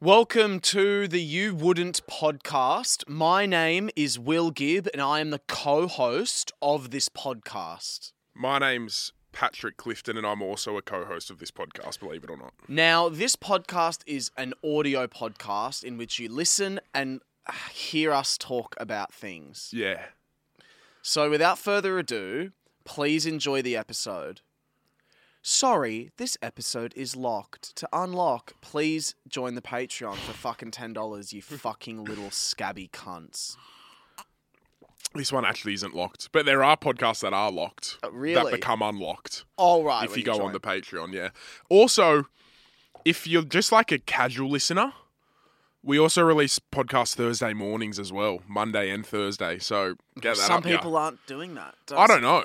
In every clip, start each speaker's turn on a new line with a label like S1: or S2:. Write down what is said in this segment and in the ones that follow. S1: Welcome to the You Wouldn't podcast. My name is Will Gibb, and I am the co host of this podcast.
S2: My name's Patrick Clifton, and I'm also a co host of this podcast, believe it or not.
S1: Now, this podcast is an audio podcast in which you listen and hear us talk about things.
S2: Yeah.
S1: So, without further ado, please enjoy the episode. Sorry, this episode is locked. To unlock, please join the Patreon for fucking $10, you fucking little scabby cunts.
S2: This one actually isn't locked, but there are podcasts that are locked.
S1: Oh, really?
S2: That become unlocked
S1: All right.
S2: if
S1: when
S2: you go
S1: join.
S2: on the Patreon, yeah. Also, if you're just like a casual listener, we also release podcasts Thursday mornings as well, Monday and Thursday. So get that
S1: Some
S2: up, yeah.
S1: people aren't doing that.
S2: I don't know.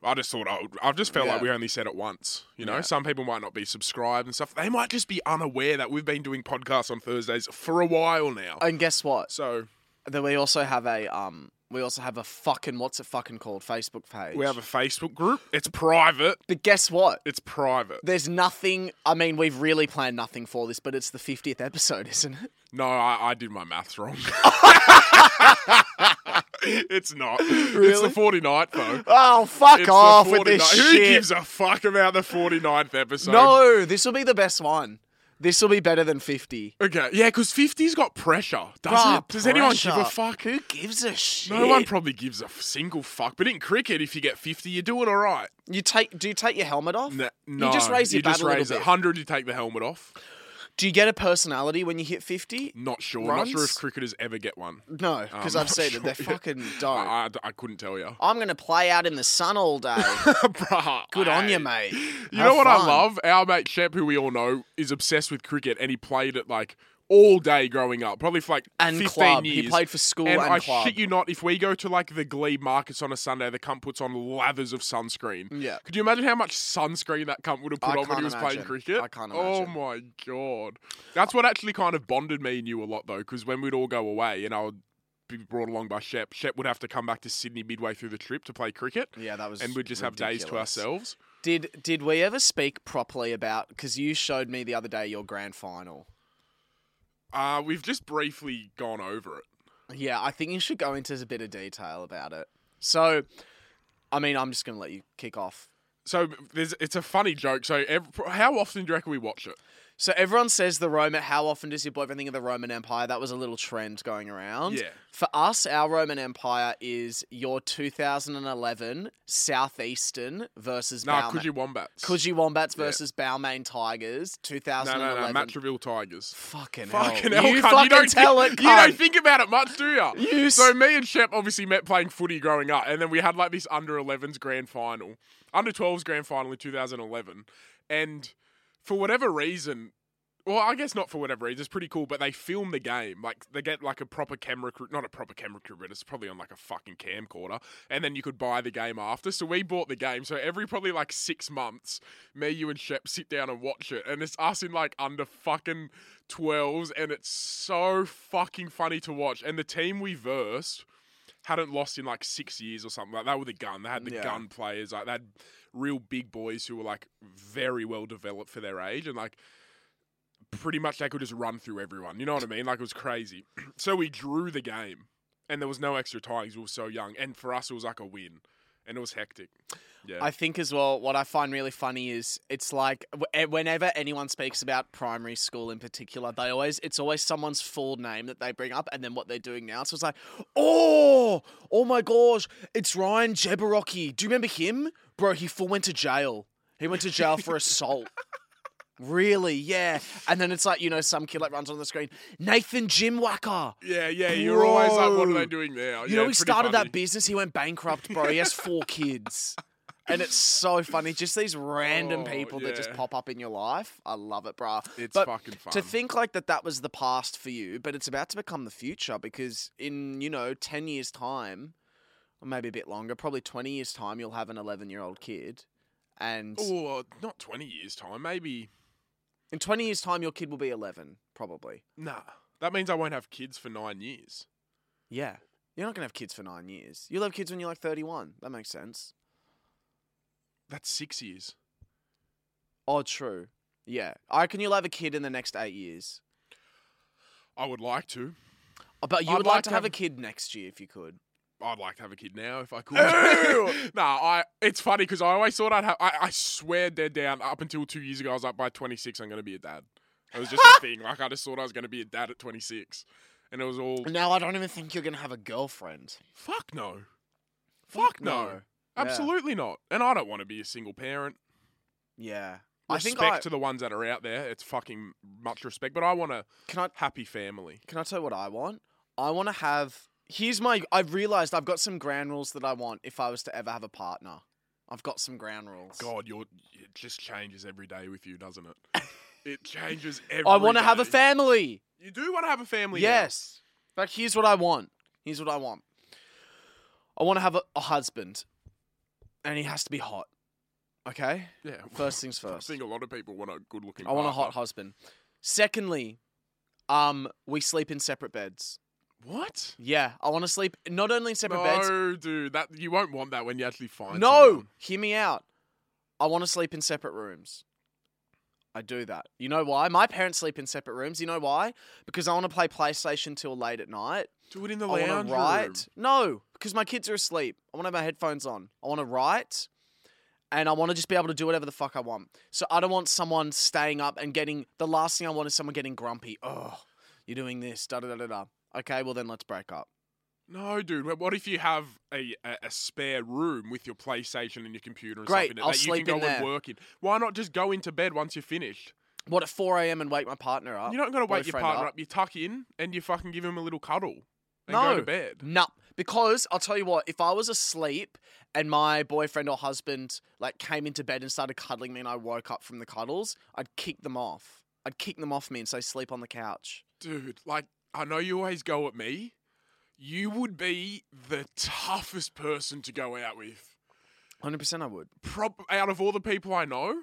S2: I just thought I would, I just felt like
S1: Yeah.
S2: we only said it once. You know,
S1: Yeah.
S2: some people might not be subscribed and stuff. They might just be unaware that we've been doing podcasts on Thursdays for a while now.
S1: And guess what?
S2: So
S1: Then we also have a um. We also have a fucking what's it fucking called Facebook page.
S2: we have a Facebook group. It's private.
S1: but guess what?
S2: It's private.
S1: There's nothing. I mean, we've really planned nothing for this, but it's the fiftieth episode, isn't it?
S2: No, I, I did my maths wrong. it's not. It's the
S1: Really?
S2: 49th, though.
S1: Oh fuck
S2: It's the
S1: off with this
S2: 49th. Who
S1: shit!
S2: gives a fuck about the 49th episode?
S1: no, this will be the best one. This will be better than fifty.
S2: Okay, yeah, because 50's got pressure, doesn't
S1: Bruh,
S2: it? Does anyone give
S1: pressure.
S2: a fuck?
S1: Who gives a shit?
S2: No one probably gives a f- single fuck, but in cricket, if you get 50, you're doing all right.
S1: You take? Do you take your helmet off?
S2: N- No,
S1: You just raise your
S2: you just
S1: bat a little
S2: raise it.
S1: bit.
S2: 100, you take the helmet off.
S1: Do you get a personality when you hit fifty?
S2: Not sure. Not sure
S1: Runs?
S2: if cricketers ever get one.
S1: No, because
S2: I'm
S1: I've
S2: not
S1: seen
S2: sure
S1: it. They're
S2: yet.
S1: fucking dope.
S2: I, I- I couldn't tell you.
S1: I'm gonna play out in the sun all day.
S2: Bruh,
S1: Good on
S2: hey.
S1: you, mate.
S2: You know what I love? Our mate Shep, who we all know, is obsessed with cricket, and he played it like all day growing up, probably for like
S1: And
S2: 15
S1: club.
S2: years.
S1: He played for school
S2: and
S1: and
S2: I
S1: club.
S2: shit you not, if we go to like the Glebe markets on a Sunday, the cunt puts on lathers of sunscreen.
S1: Yeah.
S2: Could you imagine how much sunscreen that cunt would have put
S1: I
S2: on when
S1: can't
S2: he was
S1: imagine.
S2: playing cricket?
S1: I can't
S2: Oh
S1: imagine.
S2: my god, that's what actually kind of bonded me and you a lot though, because when we'd all go away, and I would be brought along by Shep, Shep would have to come back to Sydney midway through the trip to play cricket,
S1: Yeah, that was.
S2: and we'd just have days to
S1: ridiculous.
S2: ourselves.
S1: Did did we ever speak properly about? Because you showed me the other day your grand final.
S2: Uh, we've just briefly gone over it.
S1: Yeah, I think you should go into a bit of detail about it. So, I mean, I'm just gonna let you kick off.
S2: So there's, it's a funny joke. So ev how often do you reckon we watch it?
S1: So everyone says the Roman. How often does your boyfriend think of the Roman Empire? That was a little trend going around.
S2: Yeah.
S1: For us, our Roman Empire is your 2011 Southeastern versus
S2: No, nah,
S1: Balmain.
S2: could you wombats?
S1: Coogee Wombats
S2: Yeah.
S1: versus Balmain Tigers,
S2: No, no,
S1: 2011.
S2: no. Matraville Tigers.
S1: Fucking,
S2: Fucking
S1: hell.
S2: hell,
S1: You
S2: cunt,
S1: fucking
S2: you don't
S1: tell
S2: think,
S1: it,
S2: You don't
S1: cunt.
S2: think about it much, do you?
S1: You s-
S2: So me and Shep obviously met playing footy growing up, and then we had like this under 11s grand final, under 12s grand final in 2011, and for whatever reason. Well, I guess not for whatever reason. It's pretty cool, but they film the game. Like they get like a proper camera crew, not a proper camera crew, but it's probably on like a fucking camcorder. And then you could buy the game after. So we bought the game. So every probably like six months, me, you, and Shep sit down and watch it. And it's us in like under fucking twelves, and it's so fucking funny to watch. And the team we versed hadn't lost in like six years or something like that with a gun. They had the
S1: Yeah.
S2: gun players, like they had real big boys who were like very well developed for their age and like pretty much they could just run through everyone. You know what I mean? Like it was crazy. so we drew the game and there was no extra time because we were so young. And for us it was like a win. And it was hectic. Yeah.
S1: I think as well, what I find really funny is it's like w- e, whenever anyone speaks about primary school in particular, they always it's always someone's full name that they bring up and then what they're doing now. So it's like, oh, oh my gosh, it's Ryan Jeberocki. Do you remember him, bro? He full went to jail. He went to jail for assault. Really? Yeah. And then it's like you know some kid like runs on the screen. Nathan Jimwacker.
S2: yeah, yeah. You're always like, what are
S1: Bro.
S2: they doing now?
S1: You know, he started that business. He went bankrupt, bro. He has four kids. And it's so funny. Just these random
S2: Oh,
S1: people that just
S2: yeah.
S1: pop up in your life. I love it, bruh.
S2: It's
S1: But
S2: fucking fun.
S1: To think like that that was the past for you, but it's about to become the future because in, you know, 10 years' time, or maybe a bit longer, probably 20 years' time, you'll have an 11 year old kid. And
S2: Oh, not 20 years' time. Maybe.
S1: in 20 years' time, your kid will be 11, probably.
S2: Nah. That means I won't have kids for nine years.
S1: Yeah. You're not going to have kids for nine years. You'll have kids when you're like 31. That makes sense.
S2: That's six years.
S1: Oh, true. Yeah. I reckon you'll have a kid in the next eight years. Uh,
S2: I would like to.
S1: But you
S2: I'd
S1: would
S2: like
S1: like
S2: to
S1: to have a
S2: have-
S1: kid next year if you could.
S2: I'd like to have a kid now if I could.
S1: Ew!
S2: nah, I. It's funny because I always thought I'd have. I, I swear dead down. Up until two years ago, I was like, by 26, I'm gonna be a dad. It was just a thing. Like I just thought I was gonna be a dad at 26, and it was all
S1: Now I don't even think you're gonna have a girlfriend.
S2: fuck no, fuck no,
S1: Yeah.
S2: absolutely not. And I don't want to be a single parent.
S1: Yeah. I
S2: Respect
S1: think I,
S2: to the ones that are out there. It's fucking much respect, but I want a
S1: can I
S2: happy family.
S1: Can I tell you what I want? I want to have. Here's my. I've realized I've got some ground rules that I want if I was to ever have a partner. I've got some ground rules.
S2: God, your it just changes every day with you, doesn't it? it changes every.
S1: I want to have a
S2: day.
S1: family.
S2: You do want to have a family. now.
S1: Yes. Like, here's what I want. Here's what I want. I want to have a, a husband, and he has to be hot. Okay.
S2: Yeah.
S1: First things
S2: I
S1: first.
S2: think a lot of people want a good looking.
S1: I want a hot husband. Secondly, um, we sleep in separate beds.
S2: What?
S1: Yeah, I want to sleep not only in separate beds,
S2: No, dude, that you won't want that when you actually find.
S1: No,
S2: someone.
S1: hear me out. I want to sleep in separate rooms. I do that. You know why? My parents sleep in separate rooms. You know why? Because I want to play PlayStation till late at night.
S2: Do it in the
S1: I want
S2: lounge
S1: to write.
S2: room.
S1: No, because my kids are asleep. I want to have my headphones on. I want to write, and I want to just be able to do whatever the fuck I want. So I don't want someone staying up and getting. The last thing I want is someone getting grumpy. Oh, you're doing this. Da da da da da. Okay, well then let's break up.
S2: No, dude. wh- What if you have a, a, a spare room with your PlayStation and your computer and
S1: Great,
S2: stuff in it
S1: I'll
S2: that you
S1: sleep
S2: can
S1: in
S2: go and
S1: there.
S2: work in? Why not just go into bed once you're finished?
S1: What at 4 a.m. and wake my partner up?
S2: You're not gonna wake your
S1: Uh, boyfriend
S2: partner
S1: up.
S2: up. You tuck in and you fucking give him a little cuddle and go
S1: No.
S2: to bed.
S1: No, because I'll tell you what, if I was asleep and my boyfriend or husband like came into bed and started cuddling me and I woke up from the cuddles, I'd kick them off. I'd kick them off me and say sleep on the couch.
S2: Dude, like, I know you always go at me. You would be the toughest person to go out with.
S1: 100% I would.
S2: Prob- out of all the people I know,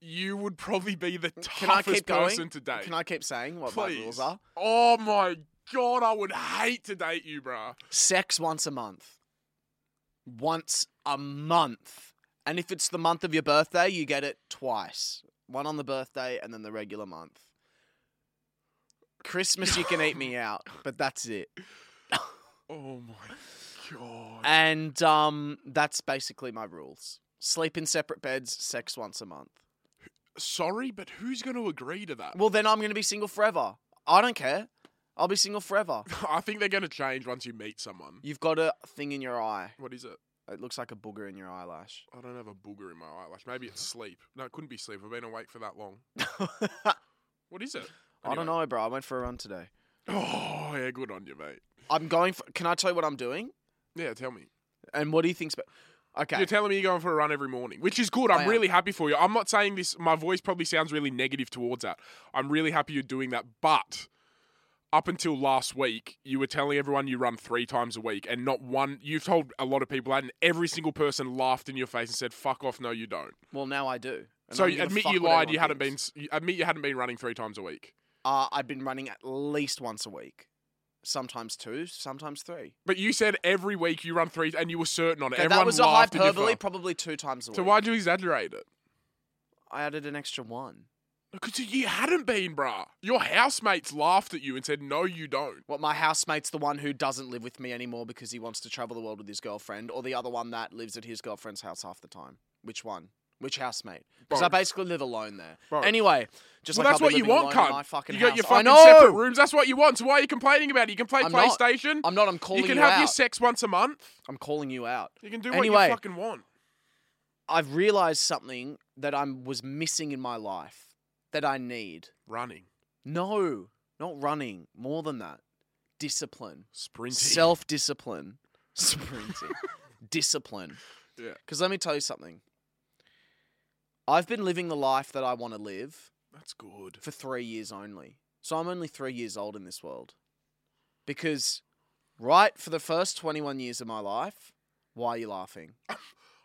S2: you would probably be the toughest
S1: Can I keep going?
S2: person to date.
S1: Can I keep saying what
S2: Please.
S1: my rules are?
S2: Oh my god, I would hate to date you, bruh.
S1: Sex once a month. Once a month. And if it's the month of your birthday, you get it twice. One on the birthday and then the regular month. Christmas you can eat me out, but that's it.
S2: Oh my god.
S1: Uh, And um, that's basically my rules. Sleep in separate beds, sex once a month.
S2: Sorry, but who's going to agree to that?
S1: Well, then I'm going to be single forever. I don't care. I'll be single forever.
S2: I think they're going to change once you meet someone.
S1: You've got a thing in your eye.
S2: What is it?
S1: It looks like a booger in your eyelash.
S2: I don't have a booger in my eyelash. Maybe it's sleep. No, it couldn't be sleep. I've been awake for that long. What is it?
S1: I don't know, bro. I went for a run today.
S2: Oh, yeah, good on you, mate.
S1: I'm going for. Can I tell you what I'm doing?
S2: Yeah, tell me.
S1: And what do you think's. Spe- okay.
S2: You're telling me you're going for a run every morning, which is good.
S1: I
S2: I'm
S1: am.
S2: really happy for you. I'm not saying this, my voice probably sounds really negative towards that. I'm really happy you're doing that. But up until last week, you were telling everyone you run three times a week, and not one, you've told a lot of people that, and every single person laughed in your face and said, fuck off, no, you don't.
S1: well, now I do. And
S2: so
S1: I'm gonna
S2: admit
S1: fuck
S2: you
S1: what
S2: lied,
S1: everyone
S2: you hadn't been,
S1: thinks.
S2: you- admit you hadn't been running three times a week.
S1: Uh, I've been running at least once a week, sometimes two, sometimes three.
S2: But you said every week you run three, and you were certain on it.
S1: Okay,
S2: Everyone
S1: that was a
S2: laughed in your
S1: hyperbole,
S2: face.
S1: probably two times a week.
S2: So why'd you exaggerate it?
S1: I added an extra one.
S2: Because you hadn't been, bruh. Your housemates laughed at you and said, no, you don't.
S1: What my housemate's the one who doesn't live with me anymore because he wants to travel the world with his girlfriend, or the other one that lives at his girlfriend's house half the time. Which one? Which housemate? Because I
S2: Both.
S1: basically live alone there.
S2: Both.
S1: Anyway, just
S2: well,
S1: like
S2: that's
S1: I'll
S2: what
S1: be
S2: you
S1: living
S2: want,
S1: alone in my
S2: cunt.
S1: fucking
S2: You got your
S1: house. I
S2: fucking separate
S1: know!
S2: rooms. That's what you want. So why are you complaining about it? You can play
S1: I'm not-
S2: PlayStation.
S1: I'm not. I'm calling
S2: you
S1: you,
S2: can have
S1: out.
S2: your sex once a month.
S1: I'm calling you out.
S2: You can do what
S1: Anyway.
S2: you fucking want.
S1: I've realized something that I was missing in my life that I need.
S2: Running,
S1: No, not running. More than that, discipline.
S2: sprinting.
S1: Self discipline. Sprinting. discipline.
S2: Yeah.
S1: Because let me tell you something. I've been living the life that I want to live
S2: that's good.
S1: for three years only. So I'm only three years old in this world. Because, right, for the first 21 years of my life, why are you laughing?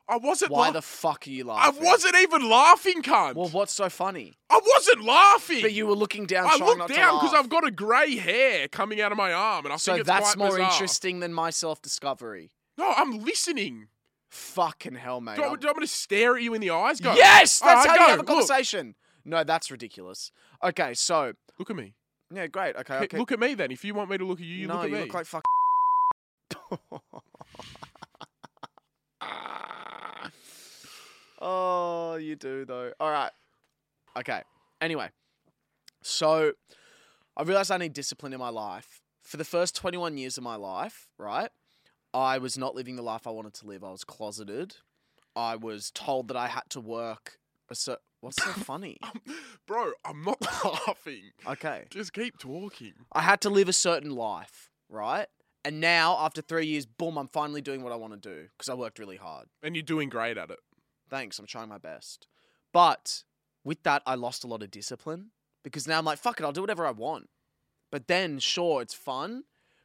S2: I wasn't
S1: Why
S2: la-
S1: the fuck are you
S2: I
S1: laughing?
S2: wasn't even laughing, cunt.
S1: Well, what's so funny?
S2: I wasn't laughing.
S1: But you were looking down.
S2: I
S1: trying not
S2: looked
S1: to
S2: down
S1: laugh.
S2: I've got a grey hair coming out of my arm, and I
S1: So
S2: think it's
S1: that's
S2: quite
S1: more
S2: bizarre.
S1: interesting than my self discovery.
S2: No, I'm listening.
S1: Fucking hell, mate.
S2: Do I,
S1: I'm-
S2: do I want to stare at you in the eyes? Go.
S1: Yes,
S2: All
S1: that's
S2: right,
S1: how you
S2: go.
S1: have a
S2: Look.
S1: conversation. No, that's ridiculous. Okay, so
S2: Look at me.
S1: Yeah, great. Okay,
S2: Hey,
S1: Uh, okay.
S2: Look at me then. If you want me to look at you, you
S1: no,
S2: look at
S1: you
S2: me.
S1: look like fuck. oh, you do though. All right. Okay. Anyway, so I realized I need discipline in my life. For the first 21 years of my life, right, I was not living the life I wanted to live. I was closeted. I was told that I had to work. A cer- What's so funny?
S2: Bro, I'm not laughing.
S1: Okay.
S2: Just keep talking.
S1: I had to live a certain life, right? And now, after three years, boom, I'm finally doing what I want to do because I worked really hard.
S2: And you're doing great at it.
S1: Thanks, I'm trying my best. But with that, I lost a lot of discipline because now I'm like, fuck it, I'll do whatever I want. But then, sure, it's fun,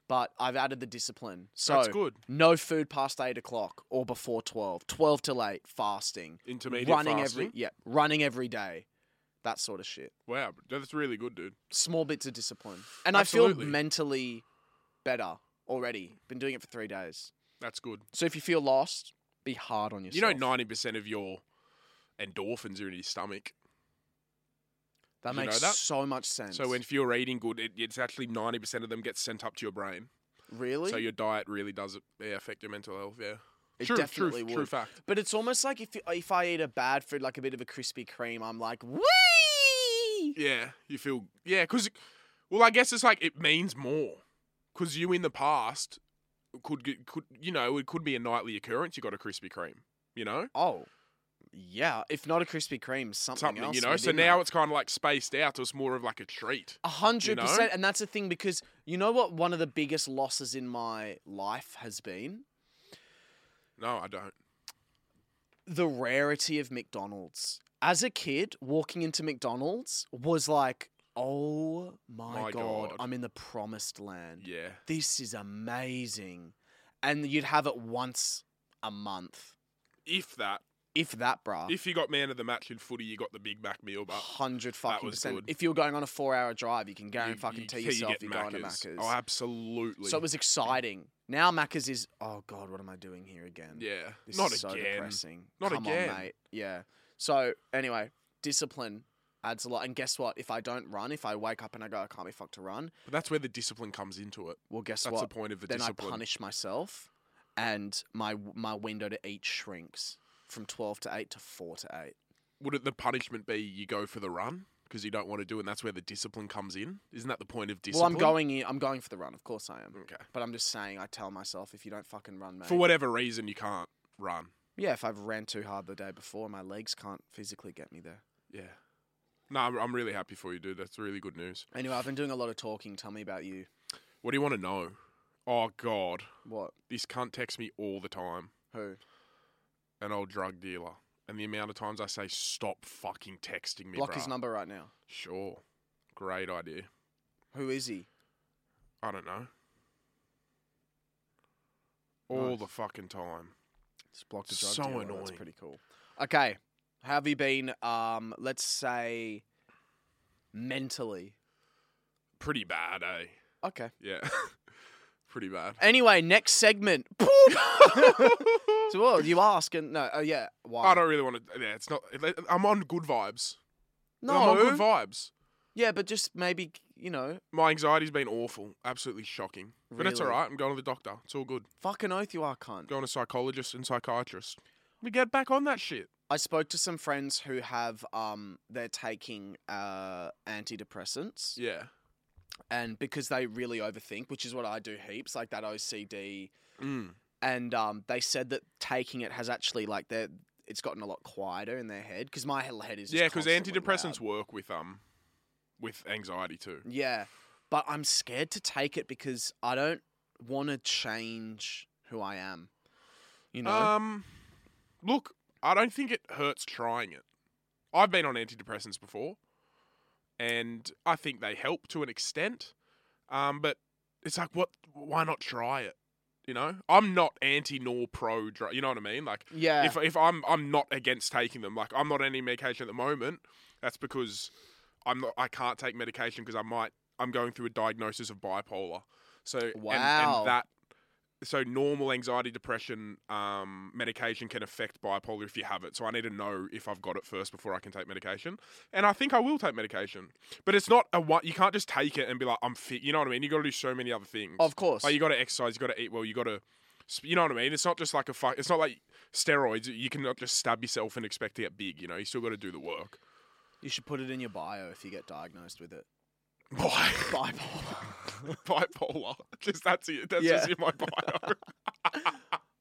S1: but I've added the discipline. So,
S2: That's good.
S1: no food past eight o'clock or before 12, 12 till 8, fasting,
S2: Intermediate
S1: running
S2: fasting.
S1: every, yeah, running every day, that sort of shit.
S2: Wow, that's really good, dude.
S1: small bits of discipline. And I
S2: Absolutely.
S1: feel mentally better already. Been doing it for three days.
S2: That's good.
S1: So if you feel lost, be hard on yourself.
S2: You know, ninety percent of your endorphins are in your stomach.
S1: that
S2: you
S1: makes
S2: know that?
S1: so much sense.
S2: So when if you're eating good, it, it's actually ninety percent of them get sent up to your brain.
S1: really,
S2: So your diet really does yeah, affect your mental health. Yeah,
S1: It
S2: true,
S1: definitely
S2: true, true
S1: would.
S2: fact.
S1: but it's almost like if if I eat a bad food, like a bit of a Krispy Kreme, I'm like, wee.
S2: Yeah, you feel yeah, because well, I guess it's like it means more because you in the past could get- could you know it could be a nightly occurrence. You got a Krispy Kreme, you know.
S1: Oh, yeah. If not a Krispy Kreme, something,
S2: Something,
S1: else
S2: you know, so
S1: within
S2: now
S1: that.
S2: it's kind of like spaced out, so it's more of like a treat.
S1: A hundred
S2: know?
S1: percent, and that's the thing because you know what? One of the biggest losses in my life has been
S2: No, I don't.
S1: the rarity of McDonald's. As a kid, walking into McDonald's was like, oh my,
S2: My
S1: God,
S2: God.
S1: I'm in the promised land.
S2: Yeah,
S1: This is amazing. And you'd have it once a month,
S2: if that,
S1: if that, bruh.
S2: if you got man of the match in footy, you got the Big Mac meal, but
S1: 100 fucking
S2: was
S1: percent.
S2: good.
S1: If you're going on a four hour drive, you can
S2: you-
S1: guarantee
S2: you-
S1: tell
S2: yeah,
S1: yourself
S2: you
S1: you're
S2: get
S1: going to Macca's.
S2: Oh, absolutely.
S1: so it was exciting. Now Macca's is, oh God, what am I doing here again?
S2: yeah,
S1: This
S2: not
S1: is so
S2: again.
S1: depressing.
S2: Not
S1: Come
S2: again.
S1: on, mate. Yeah. So anyway, discipline adds a lot. And guess what? If I don't run, if I wake up and I go, I can't be fucked to run,
S2: but that's where the discipline comes into it.
S1: well, guess
S2: That's the
S1: what?
S2: point of the
S1: Then
S2: discipline.
S1: I punish myself, and my my window to eat shrinks from twelve to eight to four to eight.
S2: Would it, the punishment be you go for the run because you don't want to do, it, and that's where the discipline comes in? Isn't that the point of
S1: Well,
S2: discipline?
S1: I'm going in. I'm going for the run. Of course I am.
S2: Okay.
S1: But I'm just saying. I tell myself if you don't fucking run, mate.
S2: For whatever reason, you can't run.
S1: Yeah. If I've ran too hard the day before, my legs can't physically get me there.
S2: Yeah. No, I'm, I'm really happy for you, dude. That's really good news.
S1: Anyway, I've been doing a lot of talking. Tell me about you.
S2: What do you want to know? Oh God,
S1: What?
S2: this cunt texts me all the time,
S1: Who?
S2: an old drug dealer, and the amount of times I say stop fucking texting me.
S1: Block
S2: bruh."
S1: his number right now.
S2: Sure, great idea.
S1: Who is he?
S2: I don't know. All
S1: Nice.
S2: the fucking time.
S1: It's blocked
S2: a drug So dealer, that's
S1: That's
S2: annoying.
S1: pretty
S2: pretty
S1: cool. Okay, how have you been? Um, let's say mentally.
S2: Pretty bad, eh?
S1: Okay.
S2: Yeah. Pretty bad.
S1: Anyway, next segment. Boop. so what you ask and no, oh yeah, why?
S2: I don't really want to. Yeah, it's not. I'm on good vibes. I'm on good
S1: no,
S2: vibes.
S1: yeah, but just maybe you know,
S2: My anxiety's been awful. Absolutely shocking. But it's all
S1: Really?
S2: right. I'm going to the doctor. It's all good.
S1: fucking oath you are cunt.
S2: Going to psychologist and psychiatrist. We get back on that shit.
S1: I spoke to some friends who have um, they're taking uh antidepressants.
S2: Yeah.
S1: and because they really overthink, which is what I do heaps, like that OCD.
S2: Mm.
S1: And um, they said that taking it has actually like their it's gotten a lot quieter in their head because my hell head is just
S2: Yeah, because
S1: constantly
S2: antidepressants
S1: loud.
S2: work with um, with anxiety too.
S1: Yeah, but I'm scared to take it because I don't want to change who I am. You know,
S2: Um, look, I don't think it hurts trying it. I've been on antidepressants before, and I think they help to an extent. Um, but it's like, what? Why not try it? You know, I'm not anti nor pro drug. You know what I mean? Like,
S1: yeah,
S2: if if I'm I'm not against taking them. Like, I'm not on any medication at the moment. That's because I'm not. I can't take medication because I might. I'm going through a diagnosis of bipolar. So and- and,
S1: Wow.
S2: that so normal anxiety, depression, um, medication can affect bipolar if you have it. So I need to know if I've got it first before I can take medication. And I think I will take medication, but it's not a one. You can't just take it and be like, I'm fit. You know what I mean? You got to do so many other things.
S1: Of course.
S2: Like you got to exercise, you got to eat well, you got to, you know what I mean? It's not just like a fuck. It's not like steroids. You cannot just stab yourself and expect to get big. You know, you still got to do the work.
S1: You should put it in your bio if you get diagnosed with it.
S2: Why?
S1: Bipolar.
S2: bipolar. Just that's it. That's
S1: Yeah.
S2: just in my bio.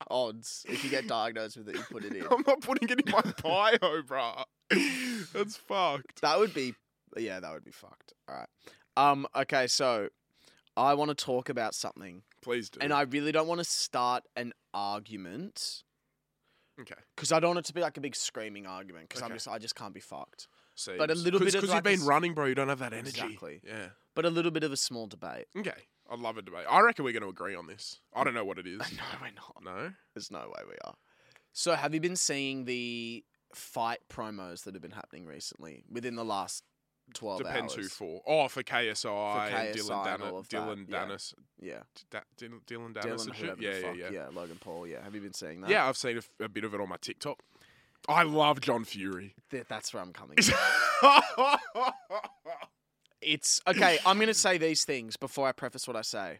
S1: Odds. If you get diagnosed with it, you put it in.
S2: I'm not putting it in my bio, bruh. That's fucked.
S1: That would be yeah, that would be fucked. All right. Um okay, so I want to talk about something
S2: Please do.
S1: and I really don't want to start an argument
S2: okay.
S1: cuz I don't want it to be like a big screaming argument cuz I'm
S2: Okay.
S1: just I just can't be fucked.
S2: See,
S1: But a little bit of
S2: because
S1: like
S2: you've
S1: a
S2: been
S1: s-
S2: running, bro. You don't have that energy.
S1: Exactly.
S2: Yeah.
S1: But a little bit of a small debate.
S2: Okay. I love a debate. I reckon we're going to agree on this. I don't know what it is.
S1: No, we're not.
S2: No.
S1: There's no way we are. So have you been seeing the fight promos that have been happening recently within the last 12 hours?
S2: Depends who for. Oh, for KSI, and Dylan
S1: KSI and all
S2: Dennis.
S1: of that,
S2: Dylan
S1: yeah.
S2: Dennis.
S1: Yeah.
S2: Da- Dylan Dylan Dennis.
S1: Dylan
S2: and shit?
S1: whoever
S2: Yeah,
S1: the
S2: yeah,
S1: fuck.
S2: yeah,
S1: Logan Paul, yeah. Have you been seeing that?
S2: Yeah, I've seen a f- a, bit of it on my TikTok. I love John Fury.
S1: Th- that's where I'm coming.
S2: yeah,
S1: It's okay. I'm going to say these things before I preface what I say.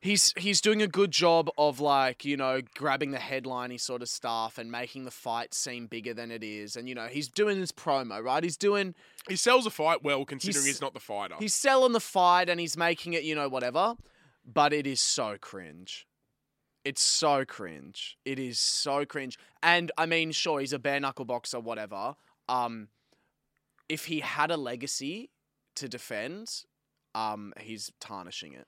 S1: He's he's doing a good job of like you know grabbing the headliney sort of stuff and making the fight seem bigger than it is, and you know he's doing his promo right. He's doing
S2: he sells a fight well, considering
S1: He's-
S2: he's not the fighter.
S1: he's selling the fight and he's making it you know whatever, but it is so cringe. It's so cringe. It is so cringe. And I mean, sure, he's a bare knuckle boxer, whatever. Um, if he had a legacy to defend, um, he's tarnishing it.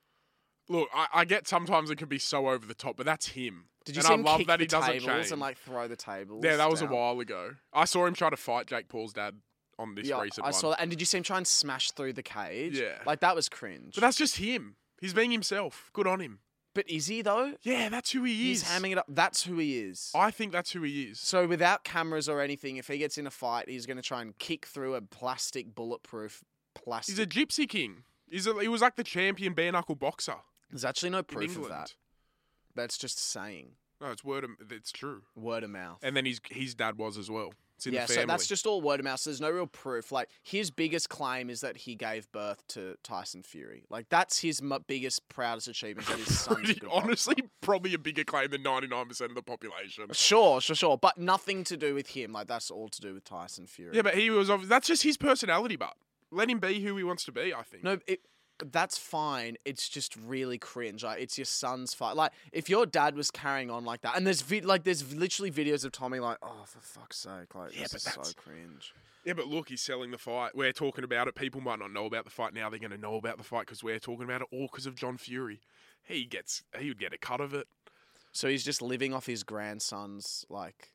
S2: Look, I, I get sometimes it can be so over the top, but that's him.
S1: Did you
S2: And
S1: see
S2: I
S1: him
S2: love
S1: kick
S2: that
S1: the
S2: he doesn't
S1: tables
S2: change.
S1: and like throw the tables?
S2: Yeah, that was
S1: down?
S2: a while ago. I saw him try to fight Jake Paul's dad on this
S1: Yeah,
S2: recent
S1: I
S2: one.
S1: saw that. And did you see him try and smash through the cage?
S2: Yeah.
S1: like that was cringe.
S2: But that's just him. He's being himself. Good on him.
S1: but is he though?
S2: Yeah, that's who he
S1: He's
S2: is.
S1: hamming it up. That's who he is.
S2: I think that's who he is.
S1: So without cameras or anything, if he gets in a fight, he's going to try and kick through a plastic bulletproof plastic.
S2: He's a gypsy king. He's a, he was like the champion bare knuckle boxer
S1: There's actually no
S2: in
S1: proof of
S2: England.
S1: that. That's just saying
S2: No, it's word of it's true.
S1: word of mouth.
S2: And then his his dad was as well. It's in
S1: yeah,
S2: the family.
S1: so that's just all word of mouth. So there's no real proof. Like his biggest claim is that he gave birth to Tyson Fury. Like that's his m- biggest, proudest achievement. That his son's a
S2: Pretty,
S1: good boxer.
S2: honestly, probably a bigger claim than ninety nine percent of the population.
S1: Sure, sure, sure, but nothing to do with him. Like that's all to do with Tyson Fury.
S2: Yeah, but he was. obvi- That's just his personality. But let him be who he wants to be. I think.
S1: No, it, that's fine. It's just really cringe. Like, it's your son's fight. Like, if your dad was carrying on like that, and there's vi- like there's literally videos of Tommy like, oh for fuck's sake, like
S2: Yeah,
S1: this
S2: but
S1: is
S2: that's-
S1: so cringe.
S2: Yeah, but look, he's selling the fight. We're talking about it. People might not know about the fight now. They're going to know about the fight because we're talking about it, all because of John Fury. He gets, he would get a cut of it.
S1: So he's just living off his grandson's like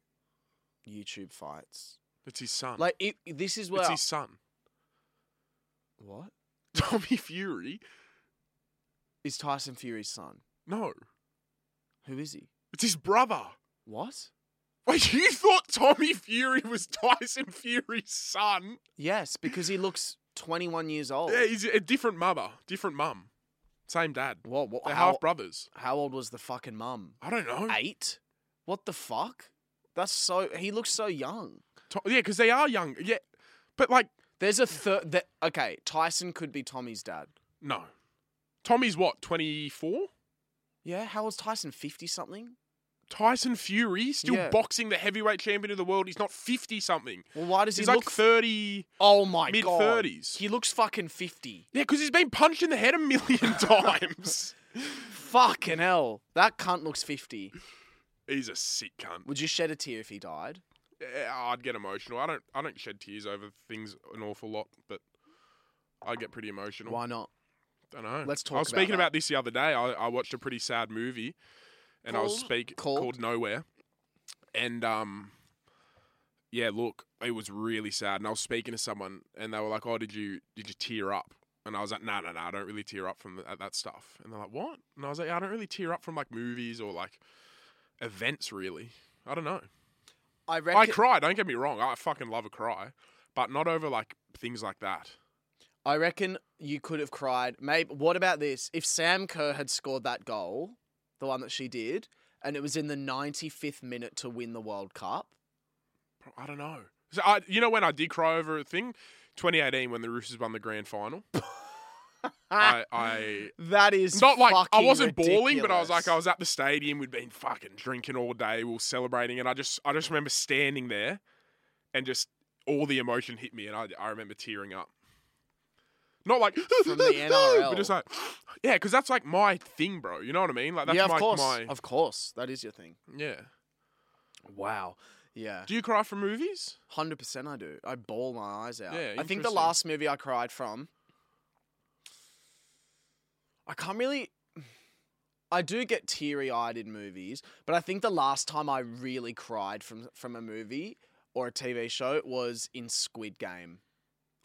S1: YouTube fights.
S2: It's his son.
S1: Like it, this is where
S2: it's
S1: I-
S2: his son,
S1: what
S2: Tommy Fury.
S1: is Tyson Fury's son?
S2: No,
S1: Who is he?
S2: it's his brother.
S1: What?
S2: Wait, you thought Tommy Fury was Tyson Fury's son?
S1: Yes, because he looks 21 years old.
S2: Yeah, he's a different mother, different mum, same dad.
S1: Whoa, what?
S2: They're
S1: How,
S2: half brothers.
S1: how old was the fucking mum?
S2: I don't know.
S1: eight? What the fuck? That's so. He looks so young.
S2: To- yeah, because they are young. Yeah, but like,
S1: There's a third. That okay, Tyson could be Tommy's dad.
S2: no. Tommy's what, 24?
S1: Yeah, how old's Tyson? Fifty something.
S2: Tyson Fury still
S1: Yeah.
S2: boxing the heavyweight champion of the world. He's not fifty something.
S1: Well, why does
S2: He's
S1: he
S2: like
S1: look?
S2: thirty.
S1: oh my
S2: mid
S1: god,
S2: 30s.
S1: He looks fucking fifty.
S2: Yeah, because he's been punched in the head a million times.
S1: Fucking hell, that cunt looks fifty.
S2: he's a sick cunt.
S1: Would you shed a tear if he died?
S2: Yeah, I'd get emotional. I don't. I don't shed tears over things an awful lot, but I get pretty emotional.
S1: Why not?
S2: don't know.
S1: Let's
S2: I
S1: talk
S2: was
S1: about
S2: speaking
S1: that.
S2: about this the other day. I, I watched a pretty sad movie, and I was
S1: Called-
S2: speak
S1: called?
S2: Nowhere, and um, yeah, look, it was really sad. And I was speaking to someone, and they were like, "Oh, did you did you tear up?" And I was like, "No, no, no, I don't really tear up from th- at that stuff." And they're like, "What?" And I was like, "Yeah, "I don't really tear up from like movies or like events, really. I don't know.
S1: I
S2: I
S1: reckon.
S2: cry. Don't get me wrong. I fucking love a cry, but not over like things like that."
S1: I reckon you could have cried. Maybe. What about this? If Sam Kerr had scored that goal, the one that she did, and it was in the 95th minute to win the World Cup.
S2: Bro, I don't know. So I, you know when I did cry over a thing, 2018 when the Roosters won the grand final. I, I
S1: That is
S2: not like I
S1: fucking
S2: wasn't bawling, but I was
S1: ridiculous.
S2: like oh, I was at the stadium. We'd been fucking drinking all day. We were celebrating, and I just I just remember standing there, and just all the emotion hit me, and I I remember tearing up. Not like
S1: From the NRL.
S2: but just like yeah, because that's like my thing, bro. You know what I mean? Like that's
S1: yeah, of
S2: my,
S1: course,
S2: my
S1: of course, that is your thing.
S2: yeah.
S1: Wow. Yeah,
S2: Do you cry from movies?
S1: hundred percent. I do. I bawl my eyes out.
S2: Yeah,
S1: I think the
S2: interesting.
S1: last movie I cried from. I can't really. I do get teary eyed in movies, but I think the last time I really cried from from a movie or a TV show was in Squid Game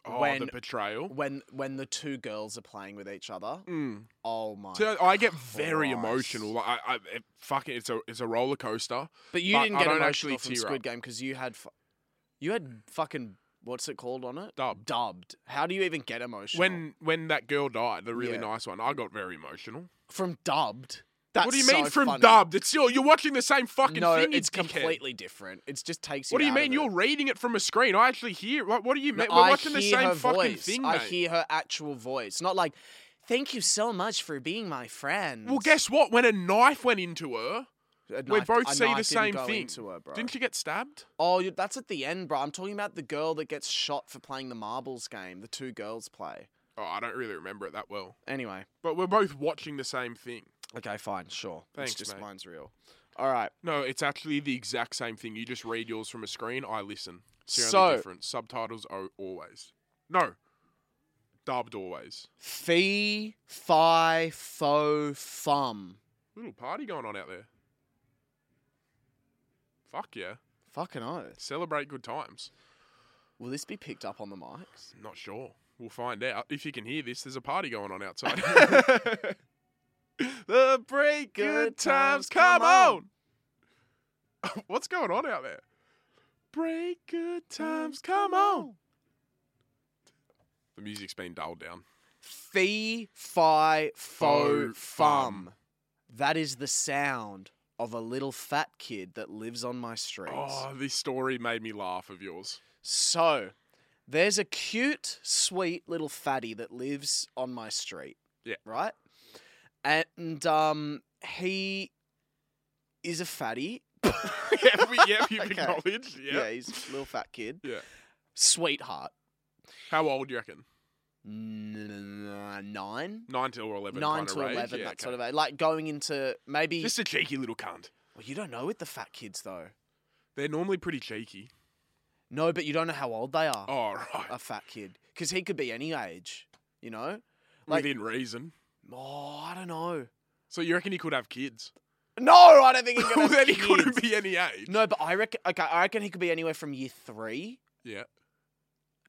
S2: Oh, the
S1: When-
S2: betrayal.
S1: when when the two girls are playing with each other.
S2: Mm.
S1: Oh my!
S2: So I get very
S1: Christ.
S2: emotional. Like I, I it, fuck it, it's a it's a roller coaster.
S1: But you
S2: But
S1: didn't
S2: I
S1: get
S2: don't
S1: emotional
S2: actually
S1: from
S2: tear
S1: Squid
S2: up.
S1: Game because you had, fu- you had fucking what's it called on it?
S2: Dubbed.
S1: Dubbed. How do you even get emotional
S2: When when that girl died, the really
S1: Yeah.
S2: nice one, I got very emotional.
S1: from dubbed? That's
S2: what do you mean
S1: so
S2: from
S1: funny.
S2: dubbed? It's still you're watching the same fucking
S1: No,
S2: thing. you
S1: it's
S2: dickhead.
S1: completely different. It just takes you.
S2: What do you
S1: out of
S2: mean?
S1: it.
S2: You're reading it from a screen. I actually hear. What, what do you
S1: No,
S2: mean? We're
S1: I
S2: watching the
S1: hear
S2: same
S1: her
S2: fucking
S1: voice.
S2: thing,
S1: I
S2: mate.
S1: hear her actual voice, not like, "Thank you so much for being my friend."
S2: Well, guess what? When a knife went into her,
S1: A
S2: we
S1: knife-
S2: both
S1: a
S2: see
S1: knife
S2: the
S1: didn't
S2: same
S1: go
S2: thing.
S1: into her, bro.
S2: Didn't she get stabbed?
S1: Oh, you- that's at the end, bro. I'm talking about the girl that gets shot for playing the marbles game. The two girls play.
S2: Oh, I don't really remember it that well.
S1: Anyway,
S2: But we're both watching the same thing.
S1: okay, fine, sure.
S2: Thanks,
S1: it's just
S2: mate.
S1: mine's real. All right.
S2: No, it's actually the exact same thing. You just read yours from a screen. I listen. It's the only
S1: So-
S2: difference. Subtitles are always. No. Dubbed always.
S1: Fee, fi, fo, fum.
S2: Little party going on out there. Fuck yeah.
S1: Fucking oath.
S2: Celebrate good times.
S1: Will this be picked up on the mics?
S2: Not sure. We'll find out. If you can hear this, there's a party going on outside. the break good times come on. What's going on out there? Break good times come on. The music's been dulled down.
S1: Fee, fi, fo,
S2: Fo, fum.
S1: fum. That is the sound of a little fat kid that lives on my streets.
S2: Oh, this story made me laugh of yours.
S1: So, there's a cute, sweet little fatty that lives on my street.
S2: Yeah.
S1: Right? And um, he is a fatty.
S2: yeah, we, yeah, you've
S1: Okay.
S2: acknowledged. Yeah.
S1: Yeah, he's a little fat kid.
S2: Yeah.
S1: Sweetheart.
S2: How old do you reckon?
S1: N- Nine?
S2: Nine to or eleven.
S1: Nine
S2: kind
S1: to
S2: of range?
S1: eleven,
S2: Yeah,
S1: that
S2: okay.
S1: sort of age. Like going into maybe.
S2: Just a cheeky little cunt.
S1: well, you don't know with the fat kids though.
S2: They're normally pretty cheeky.
S1: No, but you don't know how old they are.
S2: Oh right,
S1: A fat kid, because he could be any age. You know? like-
S2: within reason.
S1: Oh, I don't know.
S2: So you reckon he could have kids?
S1: No, I don't think he could.
S2: Well,
S1: have
S2: then he
S1: kids.
S2: couldn't be any age.
S1: No, but I reckon. Okay, I reckon he could be anywhere from year three
S2: Yeah.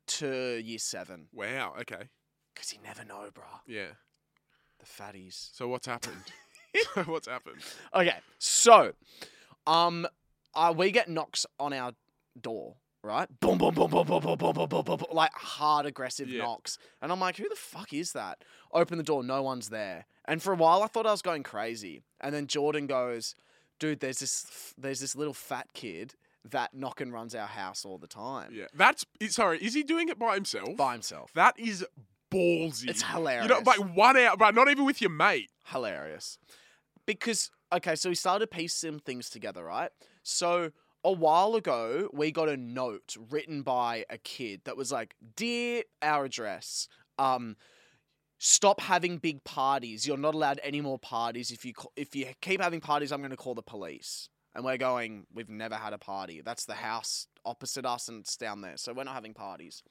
S1: to year seven.
S2: Wow. Okay.
S1: Because you never know, bruh.
S2: Yeah.
S1: The fatties.
S2: So what's happened? so what's happened?
S1: Okay, so, um, uh, we get knocks on our door, right? Boom, boom, boom, boom, boom, boom, boom, boom, boom, boom, boom, like hard, aggressive
S2: Yeah.
S1: knocks, and I'm like, who the fuck is that? Open the door, no one's there, and for a while I thought I was going crazy, and then Jordan goes, dude, there's this, f- there's this little fat kid that knock and runs our house all the time
S2: Yeah. That's it- sorry. Is he doing it by himself?
S1: by himself.
S2: That is ballsy.
S1: It's hilarious.
S2: You know, like one out, but not even with your mate.
S1: hilarious because okay so we started piecing things together right so a while ago we got a note written by a kid that was like dear our address um stop having big parties you're not allowed any more parties if you ca- if you keep having parties i'm going to call the police and we're going we've never had a party that's the house opposite us and it's down there so we're not having parties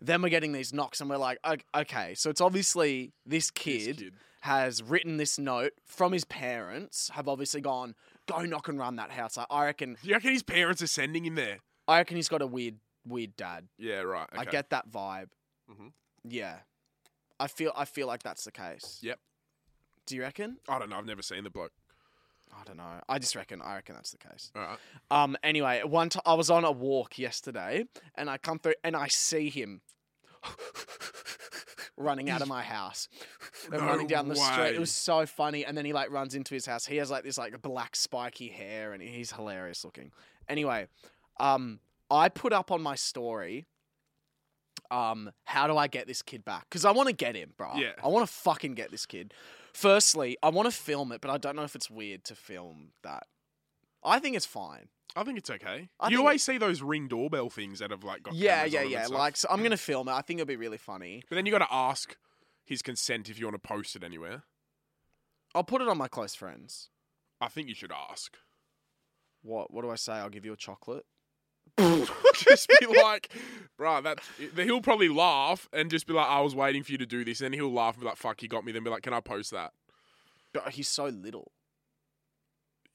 S1: then we're getting these knocks and we're like "Ok- okay so it's obviously this
S2: This
S1: kid has written this note from his parents have obviously gone go knock and run that house i, I reckon
S2: You reckon his parents are sending him there?
S1: i reckon he's got a weird weird dad
S2: Yeah. Right.
S1: i get that vibe
S2: Mhm.
S1: yeah i feel i feel like that's the case
S2: Yep.
S1: do you reckon
S2: I don't know. I've never seen the bloke.
S1: i don't know i just reckon i reckon that's the case
S2: All right.
S1: um anyway one time i was on a walk yesterday and i come through and i see him running out of my house and
S2: No
S1: running down the street.
S2: way.
S1: It was so funny. And then he like runs into his house. He has like this like black spiky hair and he's hilarious looking. Anyway, um, I put up on my story, um, how do I get this kid back? Because I want to get him, bro.
S2: Yeah.
S1: I want to fucking get this kid. Firstly, I want to film it, but I don't know if it's weird to film that. I think it's fine.
S2: I think it's okay.
S1: I
S2: you
S1: think-
S2: always see those ring doorbell things that have like got
S1: yeah,
S2: cameras
S1: yeah,
S2: on 'em and
S1: yeah.
S2: stuff.
S1: Like, so I'm gonna film it. I think it'll be really funny.
S2: But then you got to ask his consent if you want to post it anywhere.
S1: I'll put it on my close friends.
S2: I think you should ask.
S1: What? What do I say? I'll give you a chocolate.
S2: just be like, bruh, that he'll probably laugh and just be like, I was waiting for you to do this. And then he'll laugh and be like, fuck, he got me. Then be like, can I post that?
S1: But he's so little.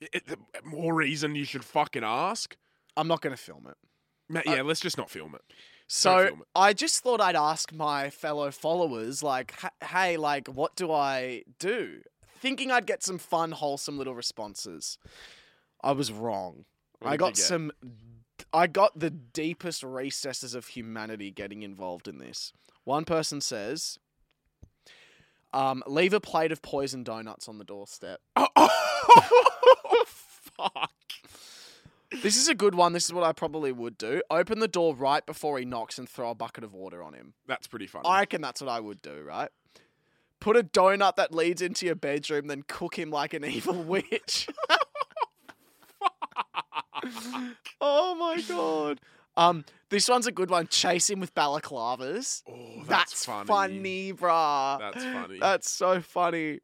S2: It- it- more reason you should fucking ask.
S1: I'm not gonna film it.
S2: Ma-
S1: Uh,
S2: yeah, let's just not film it.
S1: So
S2: film it.
S1: I just thought I'd ask my fellow followers, like, "H- hey, like, what do I do? Thinking I'd get some fun, wholesome little responses. I was wrong.
S2: What
S1: I
S2: did you
S1: got
S2: get?
S1: some. I got the deepest recesses of humanity getting involved in this. One person says, um, "Leave a plate of poison donuts on the doorstep."
S2: Oh, oh, fuck.
S1: This is a good one. This is what I probably would do. Open the door right before he knocks and throw a bucket of water on him.
S2: That's pretty funny.
S1: I reckon that's what I would do, right? Put a donut that leads into your bedroom, then cook him like an evil witch. oh my god. Um, this one's a good one. Chase him with balaclavas.
S2: oh,
S1: that's
S2: that's, funny.
S1: bruh.
S2: That's funny.
S1: That's so funny.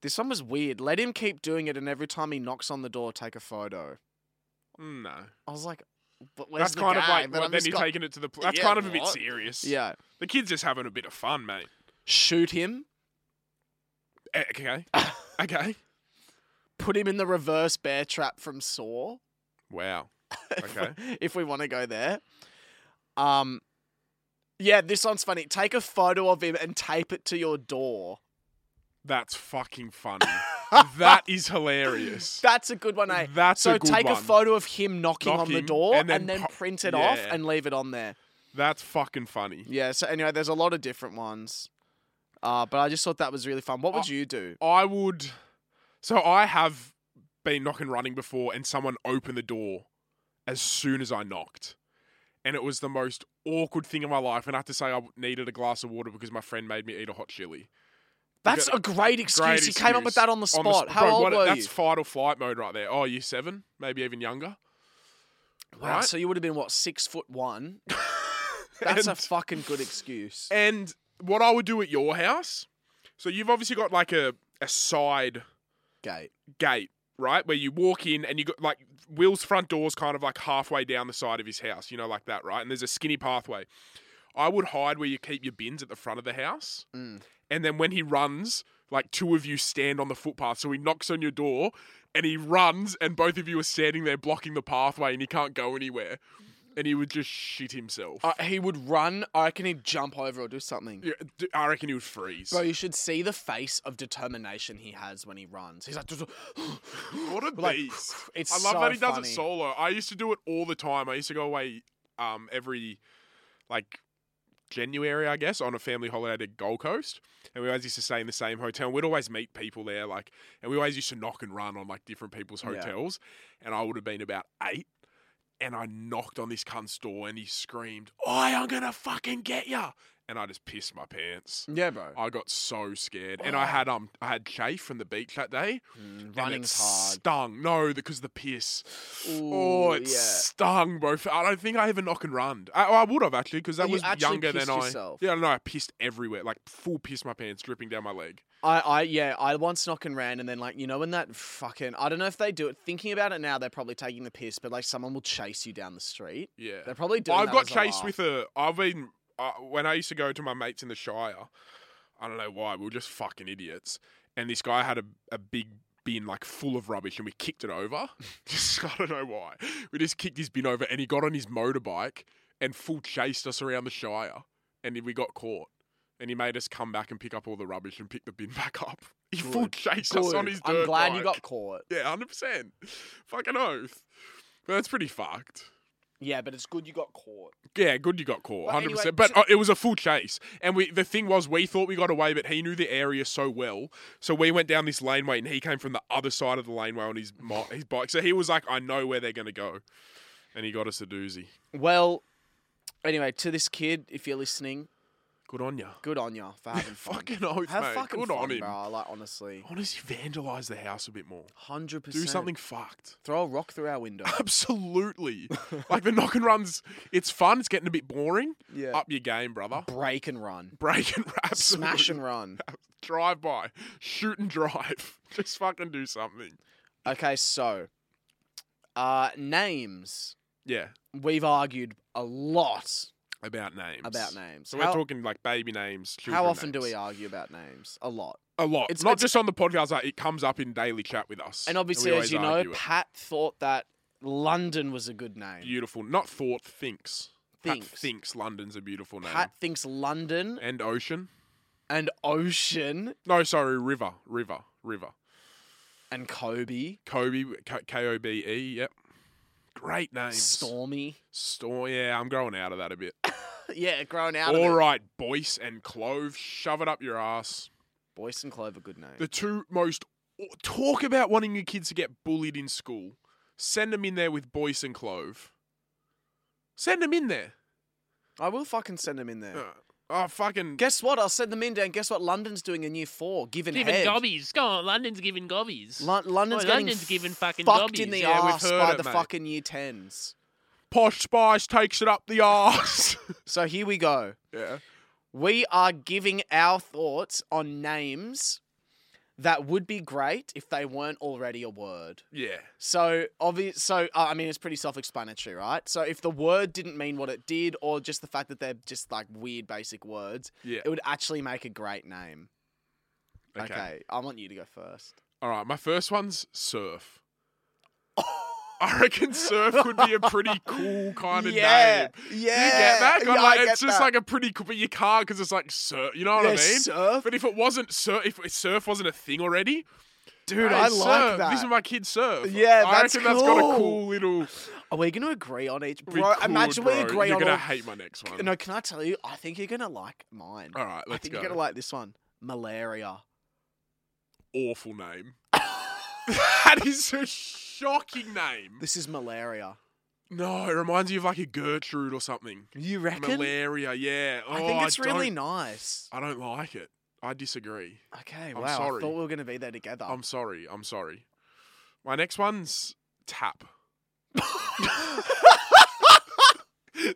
S1: This one was weird. Let him keep doing it, and every time he knocks on the door, take a photo.
S2: Mm, No.
S1: I was like, but where's
S2: That's
S1: the
S2: kind of
S1: gag?
S2: like,
S1: But
S2: well,
S1: I'm
S2: then
S1: just
S2: you're
S1: got-
S2: taking it to the. Pl- that's
S1: Yeah,
S2: kind of a bit
S1: what?
S2: serious.
S1: Yeah.
S2: The kid's just having a bit of fun, mate.
S1: Shoot him.
S2: Eh, Okay. okay.
S1: Put him in the reverse bear trap from Saw.
S2: Wow.
S1: if-
S2: Okay.
S1: if we want to go there. Um yeah, this one's funny. Take a photo of him and tape it to your door.
S2: That's fucking funny. that is hilarious.
S1: That's a good one, eh?
S2: Mm-hmm. That's
S1: so
S2: a good
S1: take a
S2: one.
S1: photo of him knocking, on the
S2: Knocking,
S1: door and then,
S2: and then po-
S1: print it off
S2: yeah.
S1: and leave it on there.
S2: That's fucking funny.
S1: Yeah, so anyway, there's a lot of different ones. Uh, but I just thought that was really fun. What would
S2: Uh,
S1: you do?
S2: I would. So I have been knocking running before, and someone opened the door as soon as I knocked, and it was the most awkward thing in my life. And I have to say, I needed a glass of water because my friend made me eat a hot chili.
S1: That's
S2: got-
S1: a great excuse.
S2: Great
S1: you came up with
S2: excuse.
S1: that on the
S2: On
S1: spot.
S2: the sp-
S1: How
S2: bro,
S1: old
S2: what a-
S1: were
S2: That's
S1: you?
S2: fight or flight mode right there. Oh, you seven, maybe even younger.
S1: Wow,
S2: right?
S1: so you would have been what six foot one. That's a
S2: And-
S1: fucking good excuse.
S2: And what I would do at your house, so you've obviously got like a a side
S1: Gate.
S2: gate, right? Where you walk in and you got like Will's front door's kind of like halfway down the side of his house, you know, like that, right? And there's a skinny pathway. I would hide where you keep your bins at the front of the house.
S1: Mm.
S2: And then when he runs, like two of you stand on the footpath. So he knocks on your door and he runs, and both of you are standing there blocking the pathway and he can't go anywhere. And he would just shit himself.
S1: Uh, he would run. I reckon he'd jump over or do something.
S2: Yeah, d- I reckon he would freeze.
S1: Bro, you should see the face of determination he has when he runs. He's like,
S2: What a
S1: Like,
S2: beast!
S1: it's
S2: I love
S1: so
S2: that he does
S1: funny.
S2: it solo. I used to do it all the time. I used to go away um, every like January, I guess, on a family holiday to Gold Coast, and we always used to stay in the same hotel. We'd always meet people there, like, and we always used to knock and run on like different people's
S1: Yeah.
S2: hotels. And I would have been about eight, and I knocked on this cunt's door, and he screamed, "Oi, I'm gonna fucking get ya!" And I just pissed my pants.
S1: yeah, bro.
S2: I got so scared, and I had um, I had chafe from the beach that day.
S1: Mm,
S2: And
S1: running's
S2: it
S1: hard.
S2: Stung. No, because the piss.
S1: Ooh,
S2: oh, it
S1: yeah.
S2: stung, bro. I don't think I ever knock and run. I, I would have actually, because that
S1: Oh, you
S2: was
S1: actually
S2: younger
S1: pissed
S2: than I.
S1: yourself?
S2: Yeah, no, I pissed everywhere, like full pissed my pants, dripping down my leg.
S1: I, I, yeah, I once knock and ran, and then like you know when that fucking I don't know if they do it. Thinking about it now, they're probably taking the piss, but like someone will chase you down the street.
S2: Yeah,
S1: They're probably doing.
S2: I've
S1: that
S2: got
S1: as a
S2: chased
S1: laugh.
S2: with a. I've been uh, when I used to go to my mates in the Shire. I don't know why we were just fucking idiots, and this guy had a, a big bin like full of rubbish, and we kicked it over. just I don't know why we just kicked his bin over, and he got on his motorbike and full chased us around the Shire, and we got caught. And he made us come back and pick up all the rubbish and pick the bin back up. He full
S1: Good.
S2: chased us
S1: Good.
S2: on his dirt
S1: I'm glad
S2: bike.
S1: you got caught.
S2: Yeah, hundred percent. Fucking oath. But that's pretty fucked.
S1: Yeah, but it's good you got caught.
S2: Yeah, good you got caught,
S1: Well,
S2: hundred
S1: anyway,
S2: percent. But
S1: so-
S2: uh, it was a full chase, and we the thing was we thought we got away, but he knew the area so well, so we went down this laneway, and he came from the other side of the laneway on his mo- his bike. So he was like, "I know where they're gonna go," and he got us a doozy.
S1: Well, anyway, to this kid, if you're listening,
S2: Good on ya.
S1: good on ya for having fun.
S2: Fucking oath,
S1: Have
S2: mate.
S1: fucking
S2: Good
S1: fun,
S2: on him.
S1: bro. Like honestly,
S2: Honestly, vandalize the house a bit more.
S1: hundred
S2: Do
S1: percent.
S2: something fucked.
S1: Throw a rock through our window.
S2: Absolutely. like the knock and runs, it's fun. It's getting a bit boring.
S1: Yeah.
S2: Up your game, brother.
S1: Break and run.
S2: Break and rap.
S1: Smash and run.
S2: drive by, shoot and drive. Just fucking do something.
S1: Okay, so uh names.
S2: Yeah,
S1: We've argued a lot
S2: about names.
S1: about names.
S2: So
S1: how,
S2: we're talking like baby names.
S1: how
S2: children
S1: often do
S2: names.
S1: we argue about names? A lot.
S2: A lot.
S1: It's-
S2: It's not
S1: it's-
S2: just on the podcast. Like, it comes up in daily chat with us.
S1: And
S2: we
S1: obviously,
S2: always
S1: as you know,
S2: argue it.
S1: Pat thought that London was a good name.
S2: beautiful. Not thought. Thinks. Pat
S1: thinks.
S2: thinks London's a beautiful name.
S1: Pat thinks London
S2: and ocean.
S1: and Ocean
S2: No, sorry, river, river, river.
S1: and Kobe,
S2: Kobe, K O B E. Yep. Great names.
S1: Stormy.
S2: Storm. Yeah, I'm growing out of that a bit.
S1: yeah, growing out
S2: All
S1: of it.
S2: right, Boyce and Clove, shove it up your ass.
S1: Boyce and Clover, good name.
S2: The two most talk about wanting your kids to get bullied in school. Send them in there with Boyce and Clove. Send them in there.
S1: I will fucking send them in there.
S2: Uh, oh fucking
S1: Guess what? I'll send them in, Dan. Guess what? London's doing in year four, giving
S3: Giving
S1: head.
S3: gobbies. Go on, London's giving gobbies.
S1: Lon- London's
S3: Oh,
S1: getting
S3: London's giving fucking
S1: fucked in
S3: gobbies.
S1: the
S2: Yeah, we've
S1: arse
S2: heard
S1: by
S2: it,
S1: the
S2: mate.
S1: fucking year tens.
S2: posh spice takes it up the arse.
S1: So here we go.
S2: yeah.
S1: We are giving our thoughts on names that would be great if they weren't already a word.
S2: Yeah.
S1: So obvious. So uh, I mean, it's pretty self-explanatory, right? So if the word didn't mean what it did, or just the fact that they're just like weird basic words,
S2: Yeah.
S1: it would actually make a great name.
S2: Okay.
S1: I want you to go first.
S2: All right, my first one's surf. I reckon surf could be a pretty cool kind of
S1: yeah,
S2: name.
S1: yeah.
S2: You get that?
S1: Yeah,
S2: Kinda
S1: I
S2: like,
S1: get
S2: it's just
S1: that.
S2: like a pretty cool, but you can't because it's like surf. You know what
S1: yeah,
S2: I mean?
S1: surf,
S2: But if it wasn't surf, if surf wasn't a thing already,
S1: dude.
S2: hey,
S1: I
S2: surf,
S1: like that.
S2: These are my kids surf.
S1: Yeah,
S2: I
S1: that's
S2: reckon that's got
S1: cool.
S2: a cool little.
S1: Are we gonna agree on each?
S2: we
S1: Bro,
S2: cool,
S1: imagine
S2: bro.
S1: we agree
S2: You're
S1: on.
S2: gonna
S1: all-
S2: hate my next one.
S1: No, can I tell you? I think you're gonna like mine.
S2: All right,
S1: I
S2: let's
S1: think
S2: go.
S1: you're gonna like this one. Malaria.
S2: Awful name. that is a shocking name.
S1: This is malaria.
S2: No, it reminds you of like a Gertrude or something.
S1: You reckon?
S2: Malaria, yeah.
S1: I
S2: Oh,
S1: think it's really
S2: don't-
S1: nice.
S2: I don't like it. I disagree.
S1: Okay,
S2: I'm
S1: wow. I
S2: sorry.
S1: thought we were gonna be there together.
S2: I'm sorry. I'm sorry. My next one's tap.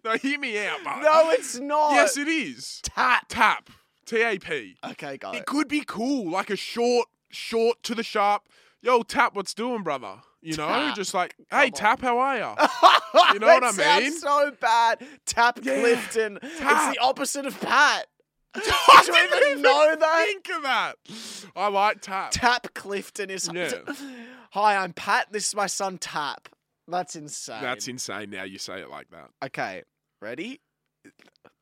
S2: now hear me out, but
S1: no, it's not.
S2: yes, it is
S1: tap.
S2: tap. T A P.
S1: Okay, guys.
S2: It could be cool, like a short, short to the sharp. Yo, tap, what's doing, brother? You know,
S3: Tap.
S2: just like, hey,
S1: Come on.
S2: tap, how are ya? You know
S1: That
S2: what I
S1: sounds
S2: mean?
S1: So bad. Tap
S2: Yeah.
S1: Clifton.
S2: Tap.
S1: It's the opposite of Pat.
S2: I
S1: Did you
S2: didn't
S1: even know that?
S2: Think of that. I like tap.
S1: Tap Clifton is.
S2: Yeah.
S1: Hi, I'm Pat. This is my son Tap. That's insane.
S2: That's insane. Now you say it like that.
S1: Okay, ready?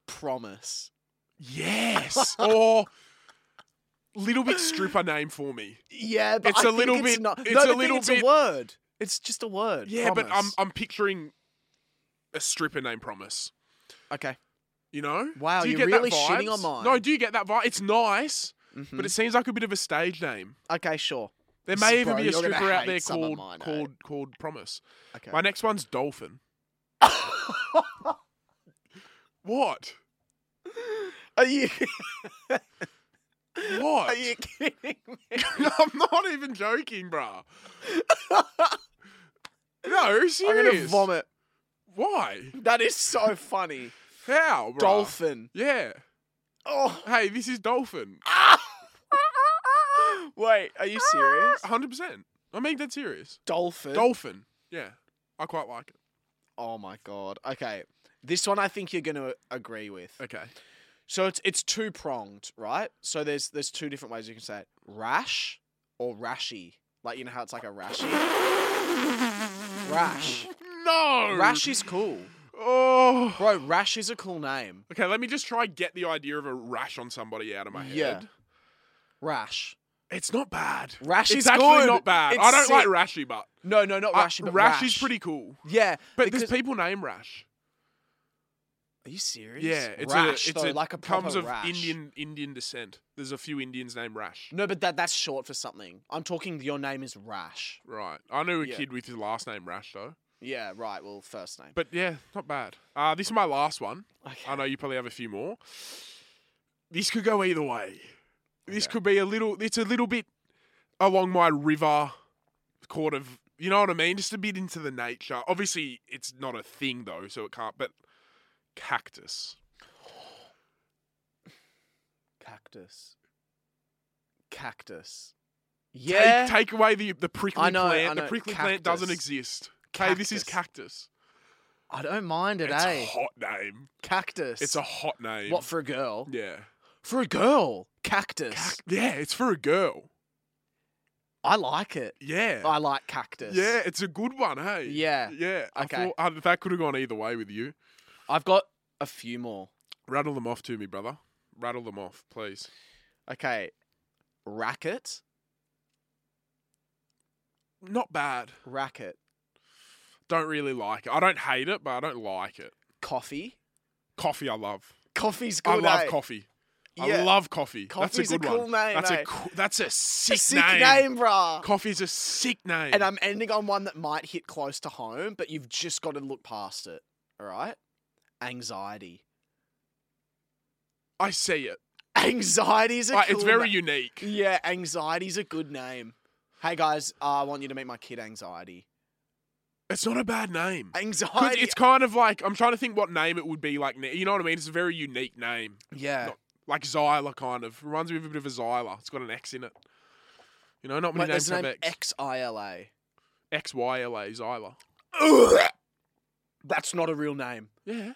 S1: Promise.
S2: Yes. or little bit stripper name for me.
S1: Yeah, but
S2: It's
S1: I
S2: a
S1: think
S2: little
S1: it's
S2: bit-
S1: Not, no,
S2: it's a
S1: but I think
S2: little
S1: it's
S2: bit-
S1: a word. It's just a word.
S2: Yeah, but I'm
S1: promise.
S2: I'm picturing a stripper name promise.
S1: okay.
S2: You know?
S1: Wow,
S2: do you
S1: you're
S2: get that
S1: really shitting on
S2: vibes?
S1: mine.
S2: No, do you get that vibe? It's nice,
S1: Mhm.
S2: but it seems like a bit of a stage name.
S1: okay, sure.
S2: There may even
S1: Bro,
S2: be a
S1: you're gonna
S2: stripper out
S1: hate
S2: there
S1: some of
S2: called
S1: mine, eh?
S2: called called Promise.
S1: Okay.
S2: My next one's Dolphin. What?
S1: Are you?
S2: What?
S1: Are you kidding me?
S2: I'm not even joking, bruh. no, serious.
S1: I'm gonna vomit.
S2: Why?
S1: That is so funny.
S2: How, bruh?
S1: Dolphin.
S2: Yeah.
S1: Oh.
S2: Hey, this is Dolphin.
S1: Wait, are you serious?
S2: 100%. I mean, that's serious.
S1: Dolphin.
S2: Dolphin. Yeah. I quite like it.
S1: oh my god. Okay. This one I think you're going to agree with.
S2: Okay.
S1: So it's it's two pronged, right? So there's there's two different ways you can say it. Rash or rashy. Like you know how it's like a rashy? Rash.
S2: No.
S1: Rash is cool.
S2: Oh.
S1: Bro, Rash is a cool name.
S2: Okay, let me just try and get the idea of a rash on somebody out of my
S1: Yeah.
S2: head.
S1: Rash.
S2: It's not bad.
S1: Rashi's
S2: it's actually
S1: good.
S2: not bad.
S1: It's
S2: I don't like
S1: sick.
S2: Rashi, but
S1: No, no, not
S2: I-
S1: Rashi, but
S2: Uh, Rash, is
S1: Rash.
S2: pretty cool.
S1: Yeah,
S2: But
S1: because,
S2: there's people named Rash.
S1: Are you serious?
S2: Yeah, it's
S1: rash
S2: a, it's
S1: though,
S2: a,
S1: like a proper
S2: comes of
S1: rash.
S2: Indian Indian descent. There's a few Indians named Rash.
S1: No, but that that's short for something. I'm talking. Your name is Rash.
S2: Right. I knew a
S1: Yeah.
S2: kid with his last name Rash though.
S1: Yeah, right. Well, first name.
S2: But yeah, not bad. Uh, this is my last one.
S1: Okay.
S2: I know you probably have a few more. This could go either way. This
S1: Okay.
S2: could be a little. It's a little bit along my river, court of. You know what I mean? Just a bit into the nature. Obviously, it's not a thing though, so it can't. But cactus.
S1: Cactus. Cactus.
S2: Take-
S1: Yeah.
S2: Take, away the the prickly
S1: I know, I
S2: plant.
S1: know.
S2: The prickly plant doesn't
S1: Cactus.
S2: exist. Okay, this is cactus.
S1: I don't mind it,
S2: It's
S1: eh?
S2: a hot name.
S1: Cactus.
S2: It's a hot name.
S1: what for a girl?
S2: yeah.
S1: For a girl, cactus.
S2: Cac- yeah, it's for a girl.
S1: I like it.
S2: Yeah.
S1: I like cactus.
S2: Yeah, it's a good one, hey?
S1: Yeah.
S2: Yeah. I
S1: Okay.
S2: thought- uh, that could have gone either way with you.
S1: I've got a few more.
S2: Rattle them off to me, brother. Rattle them off, please.
S1: Okay. Racket.
S2: Not bad.
S1: Racket.
S2: Don't really like it. I don't hate it, but I don't like it.
S1: Coffee.
S2: Coffee, I love.
S1: Coffee's
S2: I
S1: good.
S2: love
S1: eh?
S2: coffee. I
S1: Yeah.
S2: love coffee.
S1: Coffee's
S2: that's
S1: a
S2: a good
S1: cool
S2: one.
S1: name,
S2: That's
S1: eh?
S2: a coo- that's a sick,
S1: Sick name, brah.
S2: Coffee's a sick name.
S1: And I'm ending on one that might hit close to home, but you've just got to look past it. All right? Anxiety.
S2: I see it.
S1: Anxiety's a
S2: Like,
S1: cool
S2: it's very
S1: na-
S2: unique.
S1: Yeah, anxiety's a good name. Hey guys, uh, I want you to meet my kid Anxiety.
S2: It's not a bad name. 'Cause
S1: Anxiety.
S2: It's kind of like I'm trying to think what name it would be like. na- You know what I mean? It's a very unique name.
S1: yeah.
S2: not like Xyla kind of. Reminds me of a bit of a Xyla. It's got an X in it. You know, not many
S1: Wait,
S2: names
S1: there's a
S2: have
S1: name
S2: X.
S1: X I L A.
S2: X Y L A Xyla.
S1: That's not a real name.
S2: Yeah,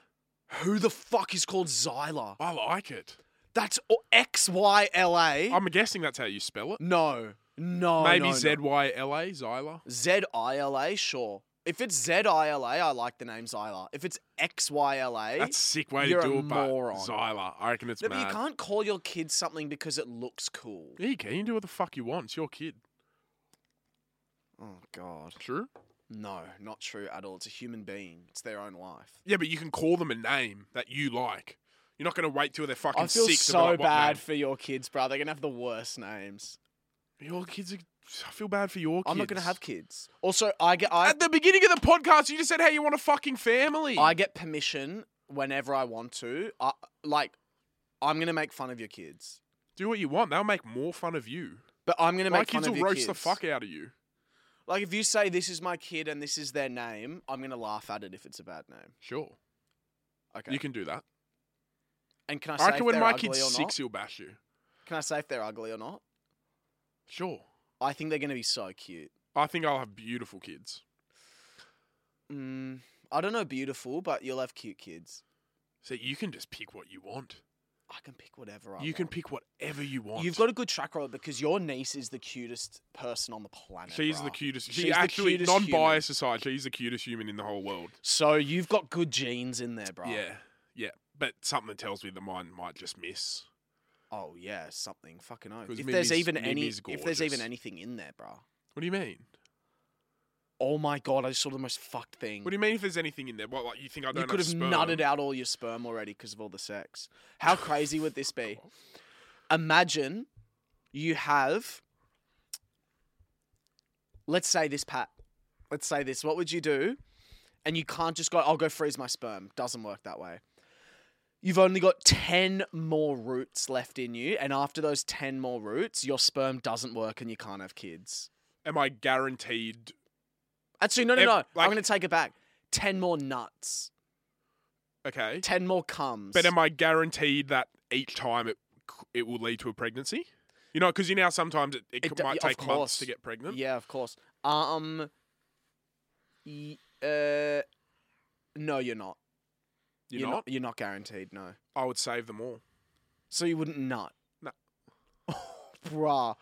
S1: Who the fuck is called Xyla?
S2: I like it.
S1: That's X Y L A.
S2: I'm guessing that's how you spell it.
S1: No, no.
S2: Maybe
S1: no,
S2: Z Y L A Xyla.
S1: Z I L A. Sure. If it's Z I L A, I like the name Xyla. If it's X Y L A,
S2: That's a sick way
S1: You're
S2: to do
S1: a
S2: it, but
S1: moron.
S2: Xyla. I reckon it's
S1: no, but
S2: mad.
S1: you can't call your kid something because it looks cool.
S2: Yeah, you can. You can do what the fuck you want. It's your kid.
S1: Oh God.
S2: True.
S1: No, not true at all. It's a human being. It's their own life.
S2: Yeah, but you can call them a name that you like. You're not going to wait till they're fucking
S1: I feel
S2: six. to be
S1: so
S2: like, what
S1: bad
S2: name?
S1: for your kids, bro. They're gonna have the worst names.
S2: Your kids. Are, I feel bad for your kids.
S1: I'm not gonna have kids. Also, I get I,
S2: At the beginning of the podcast, you just said, "Hey, you want a fucking family."
S1: I get permission whenever I want to. I, like, I'm gonna make fun of your kids,
S2: Do what you want. They'll make more fun of you.
S1: but I'm gonna
S2: My
S1: make fun
S2: kids
S1: of
S2: will
S1: your
S2: roast
S1: kids.
S2: the fuck out of you.
S1: Like, if you say this is my kid and this is their name, I'm gonna laugh at it if it's a bad name.
S2: Sure,
S1: Okay.
S2: you can do that.
S1: and can I say
S2: I
S1: if
S2: reckon when
S1: they're
S2: my
S1: ugly
S2: kid's
S1: or not?
S2: six, he'll bash you.
S1: Can I say if they're ugly or not?
S2: Sure.
S1: I think they're gonna be so cute.
S2: I think I'll have beautiful kids.
S1: Mm, I don't know, beautiful, but you'll have cute kids.
S2: So you can just pick what you want.
S1: I can pick whatever I
S2: you
S1: want.
S2: can pick whatever you want.
S1: You've got a good track record because your niece is the cutest person on the planet.
S2: She's the
S1: bruh.
S2: cutest.
S1: She's
S2: She
S1: the
S2: actually,
S1: cutest human.
S2: non-biased aside, she's the cutest human in the whole world.
S1: So you've got good genes in there, bro.
S2: Yeah, yeah. But something tells me the mine might just miss.
S1: Oh yeah, something fucking oath.
S2: 'Cause
S1: If there's
S2: Mimi's-
S1: even any,
S2: Mimi's
S1: if there's even
S2: gorgeous.
S1: anything in there, bro.
S2: What do you mean?
S1: Oh my god, I just saw the most fucked thing.
S2: What do you mean if there's anything in there? What, like you think I don't
S1: you could have
S2: sperm?
S1: nutted out all your sperm already because of all the sex. How crazy would this be? Imagine you have, let's say this, Pat. Let's say this. What would you do? And you can't just go, I'll go freeze my sperm. Doesn't work that way. You've only got 10 more roots left in you. And after those 10 more roots, your sperm doesn't work and you can't have kids.
S2: Am I guaranteed?
S1: Actually, no, no,
S2: Ev-
S1: no.
S2: like-
S1: I'm going to take it back. 10 more nuts,
S2: Okay.
S1: 10 more comes.
S2: But am I guaranteed that each time it it will lead to a pregnancy? You know, because you know sometimes it, it,
S1: It d-
S2: might
S1: yeah, of
S2: take months
S1: course.
S2: to get pregnant.
S1: Yeah, of course. Um, y- uh, no, you're not.
S2: You're, not?
S1: You're not guaranteed. No.
S2: I would save them all.
S1: So you wouldn't nut.
S2: No.
S1: Bruh.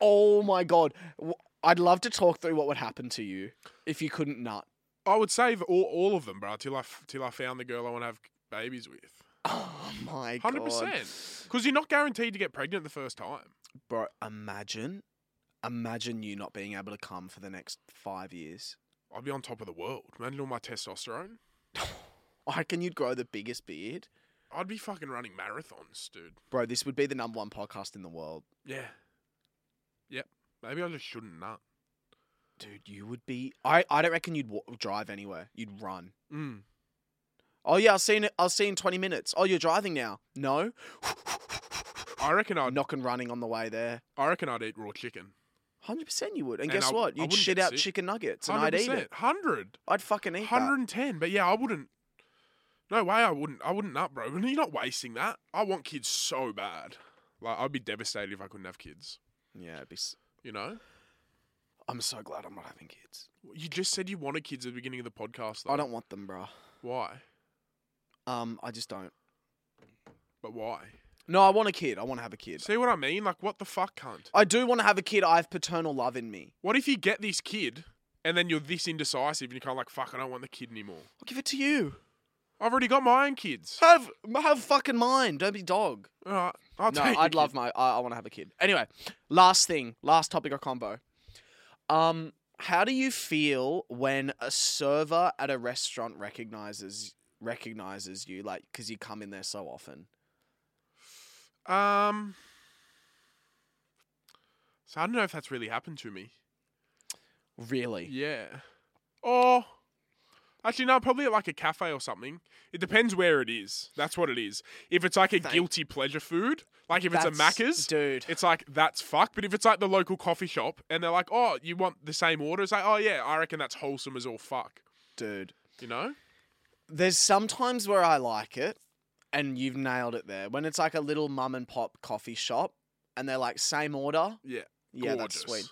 S1: Oh my god. W- I'd love to talk through what would happen to you if you couldn't nut.
S2: I would save all, all of them, bro, till I f- till I found the girl I want to have babies with.
S1: Oh my god.
S2: Hundred percent. Because you're not guaranteed to get pregnant the first time.
S1: bro, imagine, imagine you not being able to come for the next five years.
S2: I'd be on top of the world. Imagine all my testosterone.
S1: I reckon you'd grow the biggest beard,
S2: I'd be fucking running marathons, dude.
S1: bro. This would be the number one podcast in the world,
S2: Yeah. Yep. Maybe I just shouldn't nut.
S1: dude. You would be. I, I don't reckon you'd wa- drive anywhere. You'd run.
S2: Mm.
S1: Oh yeah, I'll see. In, I'll see in twenty minutes. Oh, you're driving now. No,
S2: I reckon I'd.
S1: knock and running on the way there.
S2: I reckon I'd eat raw chicken.
S1: Hundred percent, you would. And,
S2: And
S1: guess
S2: I-
S1: what?
S2: I
S1: You'd
S2: wouldn't
S1: shit
S2: get
S1: out
S2: sick.
S1: chicken nuggets, and I'd eat it.
S2: Hundred.
S1: I'd fucking eat
S2: Hundred and ten. But yeah, I wouldn't. No way, I wouldn't. I wouldn't nut, bro. You're not wasting that. I want kids so bad. Like I'd be devastated if I couldn't have kids.
S1: that. Yeah, it'd be. s-
S2: You know.
S1: I'm so glad I'm not having kids.
S2: You just said you wanted kids at the beginning of the podcast. Though.
S1: I don't want them, bro.
S2: Why?
S1: Um, I just don't.
S2: But why?
S1: No, I want a kid. I want to have a kid.
S2: See what I mean? Like, what the fuck, cunt?
S1: I do want to have a kid. I have paternal love in me.
S2: What if you get this kid and then you're this indecisive and you're kind of like, fuck, I don't want the kid anymore.
S1: I'll give it to you.
S2: I've already got my own kids.
S1: Have have fucking mine. Don't be dog.
S2: All right, I'll
S1: No,
S2: take your
S1: I'd
S2: kid.
S1: love my. I, I want to have a kid. Anyway, last thing, last topic or combo. Um, how do you feel when a server at a restaurant recognizes recognizes you, like because you come in there so often?
S2: Um. So I don't know if that's really happened to me.
S1: Really?
S2: Yeah. Or actually, no, probably at like a cafe or something. It depends where it is. That's what it is. If it's like a
S1: Thank-
S2: guilty pleasure food, like if it's a
S1: That's-
S2: Macca's,
S1: dude.
S2: it's like that's fuck. But if it's like the local coffee shop and they're like, oh, you want the same order? It's like, oh yeah, I reckon that's wholesome as all fuck.
S1: Dude,
S2: You know?
S1: there's sometimes where I like it, and you've nailed it there. When it's like a little mum and pop coffee shop, and they're like same order.
S2: Yeah,
S1: Yeah, that's
S2: Gorgeous.
S1: sweet.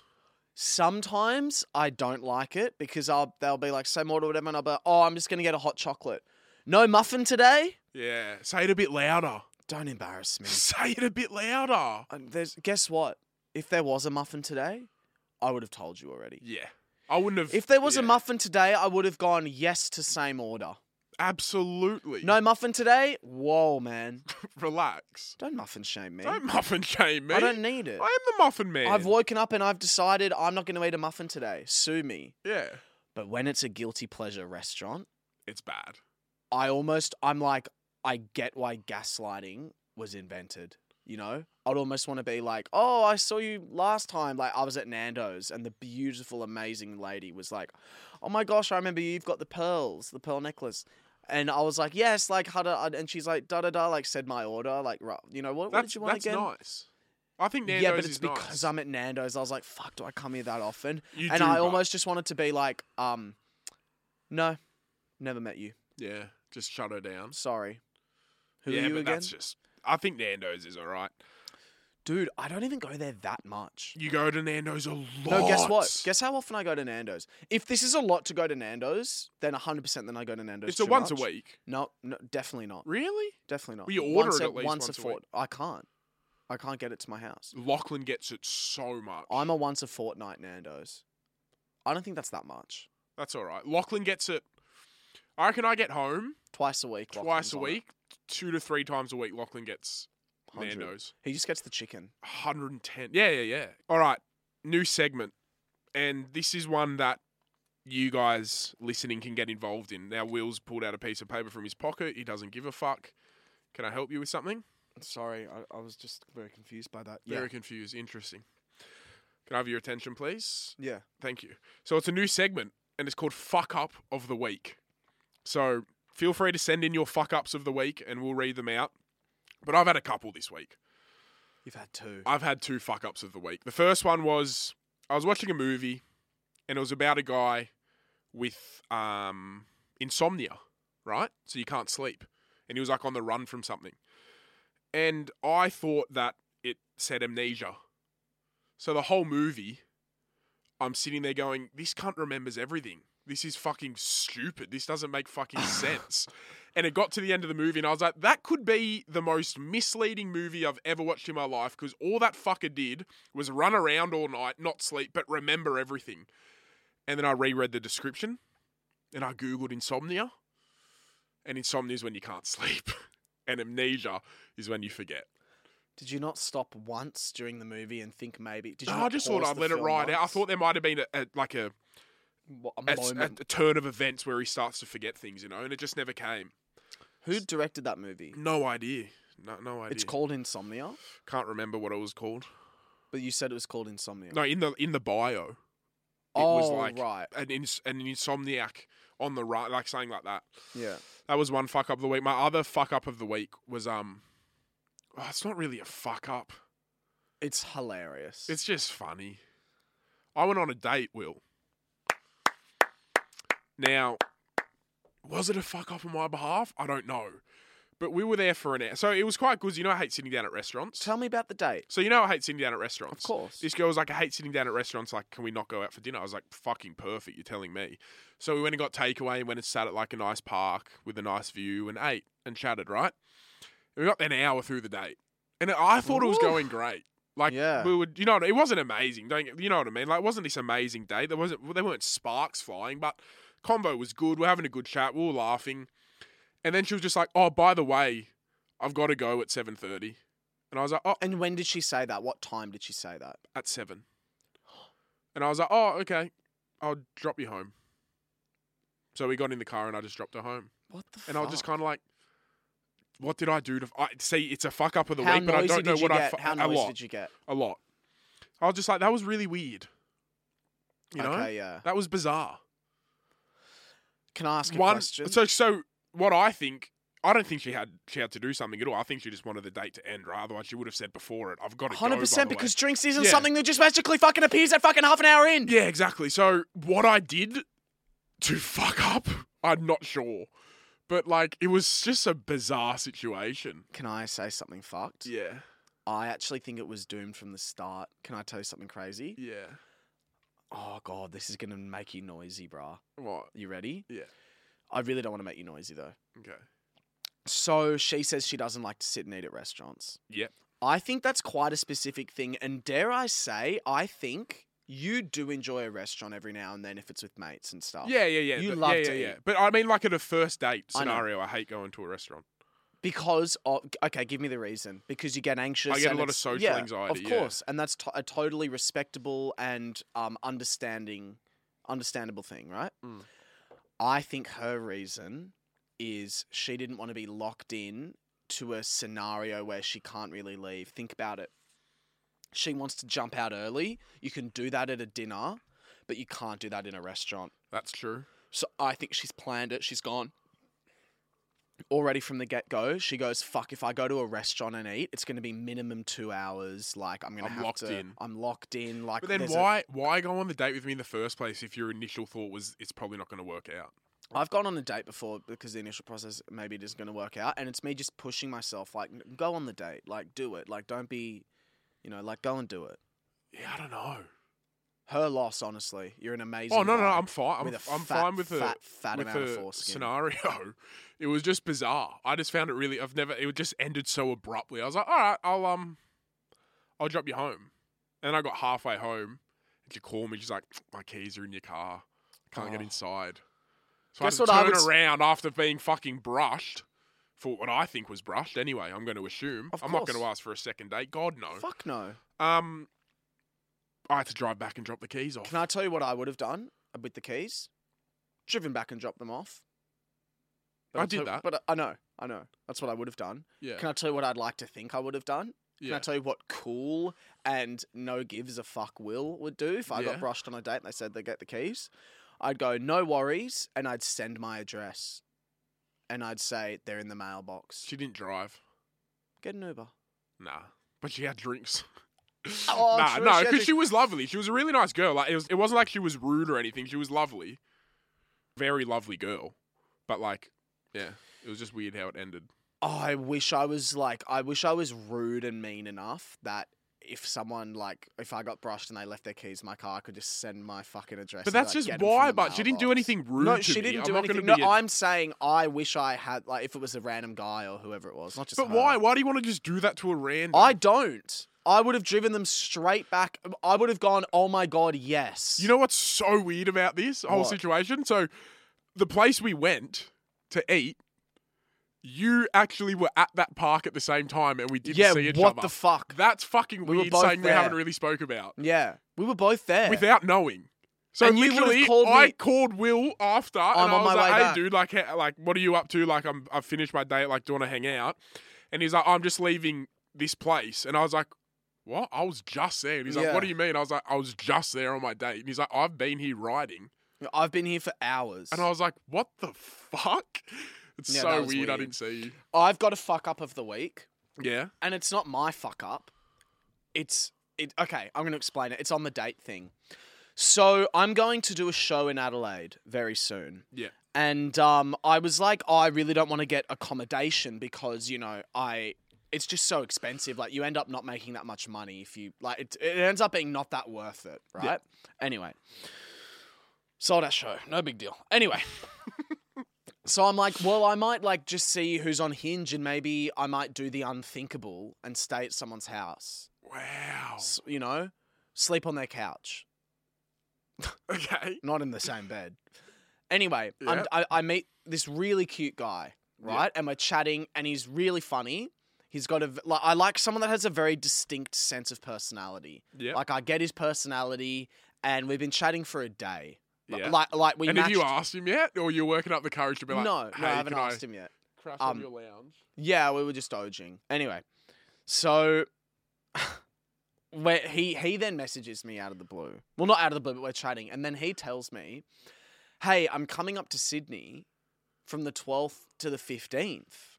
S1: Sometimes I don't like it because I'll they'll be like same order whatever, and I'll be like, oh, I'm just gonna get a hot chocolate. No muffin today.
S2: Yeah. Say it a bit louder.
S1: Don't embarrass me.
S2: Say it a bit louder.
S1: Um, there's guess what? If there was a muffin today, I would have told you already.
S2: Yeah. I wouldn't have.
S1: If there was a
S2: yeah,
S1: muffin today, I would have gone yes to same order.
S2: absolutely.
S1: No muffin today? Whoa, man.
S2: relax.
S1: Don't muffin shame me.
S2: Don't muffin shame me.
S1: I don't need it.
S2: I am the muffin man.
S1: I've woken up and I've decided I'm not going to eat a muffin today. Sue me.
S2: yeah.
S1: But when it's a guilty pleasure restaurant,
S2: It's bad.
S1: I almost, I'm like, I get why gaslighting was invented. You know, I'd almost want to be like, oh, I saw you last time. Like, I was at Nando's and the beautiful, amazing lady was like, oh my gosh, I remember you've got the pearls, the pearl necklace. And I was like, yes, like, how do I-" and she's like, da da da, like, said my order, like, ru- you know, what, what
S2: That's
S1: did you want
S2: that's
S1: again?
S2: nice. I think Nando's
S1: yeah, but it's
S2: is
S1: because
S2: nice.
S1: I'm at Nando's. I was like, fuck, do I come here that often?
S2: You
S1: and
S2: do,
S1: I
S2: but-
S1: almost just wanted to be like, um, no, never met you.
S2: yeah, just shut her down.
S1: Sorry. Who
S2: yeah,
S1: are you
S2: but
S1: again?
S2: that's just. I think Nando's is all right.
S1: Dude, I don't even go there that much.
S2: You go to Nando's a lot.
S1: No, guess what? Guess how often I go to Nando's? If this is a lot to go to Nando's, then 100% then I go to Nando's.
S2: it's a
S1: too
S2: once
S1: much.
S2: a week.
S1: No, no, definitely not.
S2: Really?
S1: Definitely not.
S2: Well, you order
S1: once
S2: it
S1: a,
S2: at least
S1: once,
S2: once
S1: a
S2: a week.
S1: fort. I can't. I can't get it to my house.
S2: Lachlan gets it so much.
S1: I'm a once a fortnight Nando's. I don't think that's that much.
S2: That's all right. Lachlan gets it. I reckon I get home
S1: Twice a week.
S2: twice
S1: Lachlan's
S2: a
S1: on it.
S2: week, two to three times a week. Lachlan gets
S1: 100.
S2: Nando's.
S1: He just gets the chicken.
S2: 110. Yeah, yeah, yeah. All right. New segment. And this is one that you guys listening can get involved in. Now, Will's pulled out a piece of paper from his pocket. He doesn't give a fuck. Can I help you with something?
S1: Sorry, I, I was just very confused by that.
S2: Very confused. Interesting. Can I have your attention, please?
S1: Yeah.
S2: Thank you. So, it's a new segment and it's called Fuck Up of the Week. So, feel free to send in your fuck ups of the week and we'll read them out. But I've had a couple this week.
S1: You've had two.
S2: I've had two fuck ups of the week. The first one was I was watching a movie and it was about a guy with um, insomnia, right? So you can't sleep. And he was like on the run from something. And I thought that it said amnesia. So the whole movie, I'm sitting there going, this cunt remembers everything. This is fucking stupid. This doesn't make fucking sense. And it got to the end of the movie, and I was like, that could be the most misleading movie I've ever watched in my life because all that fucker did was run around all night, not sleep, but remember everything. And then I reread the description and I Googled insomnia. And insomnia is when you can't sleep, and amnesia is when you forget.
S1: Did you not stop once during the movie and think maybe? Did you?
S2: No,
S1: not
S2: Oh, I just thought
S1: pause
S2: I'd
S1: the
S2: let it
S1: film
S2: ride out. I
S1: once?
S2: thought there might have been a, a like a,
S1: What, a
S2: a, s- a-
S1: moment.
S2: a turn of events where he starts to forget things, you know, and it just never came.
S1: Who directed that movie?
S2: No idea. No, no idea.
S1: It's called Insomnia,
S2: Can't remember what it was called.
S1: but you said it was called Insomnia.
S2: No, in the in the bio, it
S1: oh,
S2: was like
S1: right.
S2: an ins- an insomniac on the right, like saying like that.
S1: Yeah.
S2: That was one fuck up of the week. My other fuck up of the week was um, oh, it's not really a fuck up.
S1: It's hilarious.
S2: It's just funny. I went on a date, Will. Now, was it a fuck up on my behalf? I don't know. But we were there for an hour. So it was quite good. You know, I hate sitting down at restaurants.
S1: Tell me about the date.
S2: So you know, I hate sitting down at
S1: Of
S2: restaurants.
S1: course.
S2: This girl was like, I hate sitting down at restaurants. Like, can we not go out for dinner? I was like, fucking perfect. You're telling me. So we went and got takeaway and went and sat at like a nice park with a nice view and ate and chatted, right? And we got an hour through the date. And I thought it was
S1: Ooh.
S2: going great. Like,
S1: Yeah.
S2: we would, you know, it wasn't amazing. Don't get- you know what I mean? Like, it wasn't this amazing day? There wasn't, there weren't sparks flying, but combo was good. We're having a good chat. We were laughing. And then she was just like, oh, by the way, I've got to go at 7.30. And I was like, oh,
S1: and when did she say that? What time did she say that?
S2: at seven. And I was like, oh, okay, I'll drop you home. So we got in the car and I just dropped her home.
S1: What the?
S2: And I was just kind of like, what did I do to. I, see, it's a fuck up of the week, but I
S1: noisy
S2: don't know
S1: did
S2: what
S1: you
S2: I.
S1: get?
S2: Fu-
S1: How
S2: a
S1: noisy
S2: lot.
S1: did you get?
S2: A lot. I was just like, that was really weird. You know?
S1: Okay, yeah.
S2: That was bizarre.
S1: Can I ask a
S2: One.
S1: question?
S2: So, so what I think. I don't think she had she had to do something at all. I think she just wanted the date to end, right? Otherwise, she would have said before it, "I've got to go." by
S1: Hundred percent,
S2: the way."
S1: because drinks isn't
S2: Yeah.
S1: something that just magically fucking appears at fucking half an hour in.
S2: Yeah, exactly. So what I did to fuck up, I'm not sure. But like it was just a bizarre situation.
S1: Can I say something fucked?
S2: Yeah.
S1: I actually think it was doomed from the start. Can I tell you something crazy?
S2: Yeah.
S1: Oh god, this is gonna make you noisy, brah.
S2: What?
S1: You ready?
S2: Yeah.
S1: I really don't want to make you noisy though.
S2: Okay.
S1: So she says she doesn't like to sit and eat at restaurants.
S2: Yep.
S1: I think that's quite a specific thing, and dare I say, I think you do enjoy a restaurant every now and then if it's with mates and stuff.
S2: Yeah, yeah, yeah.
S1: Oh. You
S2: Th-
S1: love
S2: yeah, yeah,
S1: to
S2: yeah.
S1: eat.
S2: But I mean like at a first date
S1: I know.
S2: scenario, I, hate going to a restaurant.
S1: Because of okay, give me the reason. Because you get anxious.
S2: I get a
S1: and
S2: lot of
S1: it's-
S2: social
S1: yeah,
S2: anxiety,
S1: Of
S2: yeah.
S1: course, and that's to- a totally respectable and um, understanding, understandable thing, right?
S2: Mm.
S1: I think her reason is she didn't want to be locked in to a scenario where she can't really leave. Think about it. She wants to jump out early. You can do that at a dinner, but you can't do that in a restaurant.
S2: That's true.
S1: So I think she's planned it. She's gone. Already from the get go, she goes, "Fuck! If I go to a restaurant and eat, it's going to be minimum two hours. Like I'm going to
S2: I'm
S1: have
S2: locked
S1: to.
S2: in.
S1: I'm locked in. Like,
S2: But then
S1: there's a-
S2: why why go on the date with me in the first place if your initial thought was it's probably not gonna work out?
S1: I've gone on a date before because the initial process maybe it isn't going to work out, and it's me just pushing myself. Like, "N- go on the date. Like, do it. Like, don't be, you know, like go and do it.
S2: Yeah, I don't know.
S1: Her loss, honestly. You're an amazing.
S2: Oh no, no, no,
S1: guy
S2: I'm fine. I'm,
S1: with a
S2: I'm
S1: fat,
S2: fine with it.
S1: fat, fat
S2: with
S1: amount of
S2: the
S1: foreskin.
S2: scenario. It was just bizarre. I just found it really. I've never. It just ended so abruptly. I was like, all right, I'll um, I'll drop you home. And I got halfway home, and she called me. She's like, my keys are in your car. Can't get
S1: Oh.
S2: inside. So
S1: Guess
S2: I had
S1: what
S2: to
S1: I
S2: turn
S1: would s-
S2: around after being fucking brushed for what I think was brushed. Anyway, I'm going to assume.
S1: Of
S2: I'm not going to
S1: course.
S2: ask for a second date. God no.
S1: Fuck no.
S2: Um, I had to drive back and drop the keys off.
S1: Can I tell you what I would have done with the keys? Driven back and dropped them off.
S2: I
S1: I'll
S2: did
S1: tell-
S2: that.
S1: But I, I know, I know. That's what I would have done.
S2: yeah.
S1: Can I tell you what I'd like to think I would have done? Can
S2: yeah.
S1: I tell you what cool and no gives a fuck Will would do if I
S2: Yeah.
S1: got brushed on a date and they said they get the keys? I'd go, no worries, and I'd send my address. And I'd say, they're in the mailbox.
S2: she didn't drive.
S1: Get an Uber.
S2: Nah, but she had drinks.
S1: Oh,
S2: nah,
S1: true,
S2: no,
S1: she had
S2: because
S1: drinks.
S2: she was lovely. She was a really nice girl. Like it was, it wasn't like she was rude or anything. She was lovely, very lovely girl. But like, yeah, it was just weird how it ended.
S1: I wish I was like, I wish I was rude and mean enough that if someone like, if I got brushed and they left their keys in my car, I could just send my fucking address. and
S2: But
S1: be
S2: that's
S1: like,
S2: just
S1: "Get 'em from
S2: why.
S1: the
S2: But she didn't do
S1: mailbox."
S2: anything rude.
S1: No,
S2: to
S1: she
S2: me.
S1: didn't
S2: I'm
S1: do
S2: not
S1: anything. No,
S2: Gonna be a-
S1: i I'm saying I wish I had like if it was a random guy or whoever it was, not just.
S2: But
S1: her.
S2: why? Why do you want to just do that to a random?
S1: I don't. I would have driven them straight back. I would have gone, oh my god, yes.
S2: You know what's so weird about this whole
S1: What?
S2: situation? So, the place we went to eat you actually were at that park at the same time and we didn't
S1: yeah,
S2: see each
S1: what
S2: other.
S1: the fuck?
S2: That's fucking
S1: We were
S2: weird
S1: both
S2: saying we
S1: there.
S2: haven't really spoke about
S1: yeah, we were both there.
S2: without knowing. So
S1: And you would've
S2: literally,
S1: called
S2: I
S1: me-
S2: called Will after,
S1: I'm
S2: and I
S1: on
S2: was
S1: my
S2: like,
S1: way
S2: "Hey,
S1: back."
S2: dude, like, he- like, what are you up to? Like, I'm, I've finished my day. Like, do you want to hang out?" And he's like, "I'm just leaving this place," and I was like. What? I was just there. And he's like,
S1: Yeah.
S2: What do you mean? I was like, I was just there on my date. And he's like, I've been here riding.
S1: I've been here for hours.
S2: And I was like, What the fuck? It's
S1: Yeah, that
S2: so
S1: was
S2: weird. I
S1: weird.
S2: didn't see you.
S1: I've got a fuck up of the week.
S2: Yeah.
S1: and it's not my fuck up. It's it. Okay, I'm going to explain it. It's on the date thing. So I'm going to do a show in Adelaide very soon.
S2: Yeah.
S1: And um, I was like, oh, I really don't want to get accommodation because you know I. It's just so expensive. Like you end up not making that much money if you like. It, it ends up being not that worth it, right? Anyway, sold our show. No big deal. Anyway. So I'm like, well, I might like just see who's on Hinge, and maybe I might do the unthinkable and stay at someone's house.
S2: Wow.
S1: S- you know, sleep on their couch,
S2: Okay.
S1: not in the same bed. Anyway,
S2: Yeah.
S1: I'm, I, I meet this really cute guy,
S2: Yeah.
S1: right? And we're chatting, and he's really funny. He's got a v- like. I like someone that has a very distinct sense of personality.
S2: Yeah.
S1: Like I get his personality, and we've been chatting for a day. Li-
S2: Yeah.
S1: Like like we
S2: and
S1: matched.
S2: have you asked him yet? Or you're working up the courage to be
S1: no,
S2: like,
S1: no,
S2: hey,
S1: I haven't
S2: can
S1: asked him yet.
S2: crash
S1: Um,
S2: on your lounge?
S1: Yeah, we were just oging. Anyway, so where he he then messages me out of the blue. Well, not out of the blue, but we're chatting, and then he tells me, "Hey, I'm coming up to Sydney from the 12th to the 15th,"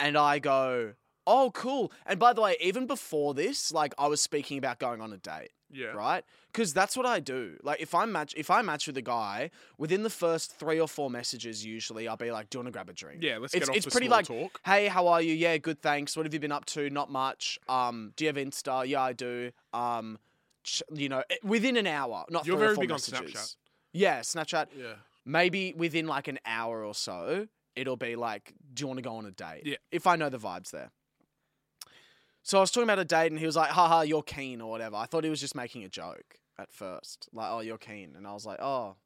S1: and I go. Oh, cool. And by the way, even before this, like I was speaking about going on a date
S2: Yeah.
S1: right? Because that's what I do. Like if I match if I match with a guy, within the first three or four messages, usually I'll be like, "Do you want to grab a drink?"
S2: Yeah, let's
S1: It's-
S2: get off
S1: it's
S2: the
S1: pretty
S2: small
S1: like-
S2: talk.
S1: Hey, how are you? Yeah, good, thanks. What have you been up to? Not much. Um, do you have Insta? Yeah, I do. Um, ch- you know, it- within an hour, not
S2: You're
S1: three or
S2: very
S1: four
S2: big on
S1: messages.
S2: Snapchat.
S1: Yeah, Snapchat.
S2: Yeah.
S1: Maybe within like an hour or so, it'll be like, "Do you want to go on a date?"
S2: Yeah.
S1: If I know the vibes there. So I was talking about a date, and he was like, "Ha ha, you're keen" or whatever. I thought he was just making a joke at first, like, "Oh, you're keen," and I was like, "Oh."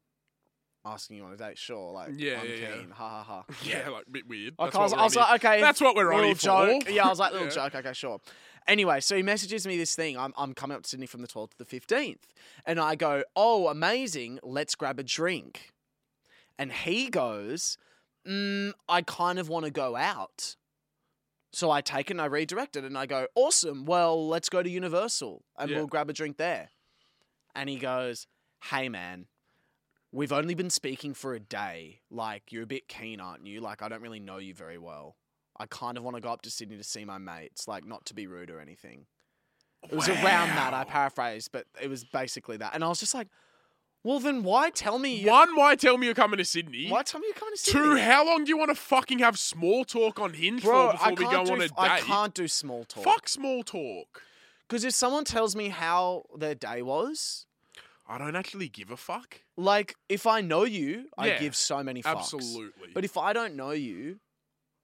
S1: Asking you on a date, sure, like
S2: Yeah,
S1: I'm
S2: yeah, yeah.
S1: keen, ha ha ha.
S2: Yeah, like a bit weird.
S1: I
S2: That's
S1: was,
S2: what
S1: I was
S2: we're on
S1: like, okay,
S2: here- That's what we're on
S1: little
S2: here
S1: joke.
S2: for.
S1: Yeah, I was like, little
S2: Yeah.
S1: joke. Okay, sure. Anyway, so he messages me this thing. I'm, I'm coming up to Sydney from the 12th to the 15th. And I go, oh, amazing. Let's grab a drink. And he goes, mm, I kind of want to go out. So I take it and I redirect it and I go, awesome. Well, let's go to Universal and
S2: Yeah.
S1: we'll grab a drink there. And he goes, hey, man, we've only been speaking for a day. Like, you're a bit keen, aren't you? Like, I don't really know you very well. I kind of want to go up to Sydney to see my mates, like, not to be rude or anything. It was around that, I
S2: Wow.
S1: paraphrased, but it was basically that. And I was just like, well, then why tell me you
S2: One, why tell me you're coming to Sydney?
S1: why tell me you're coming to Sydney?
S2: Two, how long do you want to fucking have small talk on Hinge
S1: Bro,
S2: for before
S1: I
S2: we
S1: can't
S2: go
S1: do,
S2: on a date?
S1: I can't do small talk.
S2: Fuck small talk.
S1: Because if someone tells me how their day was,
S2: I don't actually give a fuck.
S1: like if I know you, I
S2: Yeah,
S1: give so many fucks.
S2: Absolutely.
S1: But if I don't know you,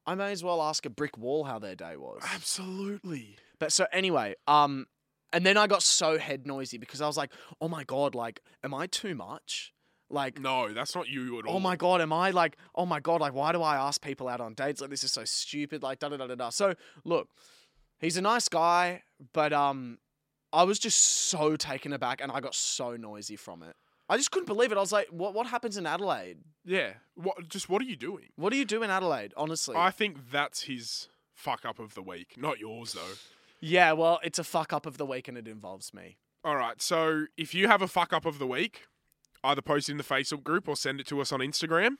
S1: I may as well ask a brick wall how their day was.
S2: Absolutely.
S1: But so anyway, um, and then I got so head noisy because I was like, oh my god, like, am I too much? Like,
S2: No, that's not you at all.
S1: oh my god, am I like, oh my god, like, why do I ask people out on dates? Like, this is so stupid. Like, da da da da da. So look, he's a nice guy, but um, I was just so taken aback, and I got so noisy from it. I just couldn't believe it. I was like, what what happens in Adelaide?
S2: Yeah. What? Just what are you doing?
S1: What do you do in Adelaide? Honestly,
S2: I think that's his fuck up of the week. Not yours though.
S1: yeah, well, it's a fuck up of the week, and it involves me.
S2: All right. So if you have a fuck up of the week, either post it in the Facebook group or send it to us on Instagram,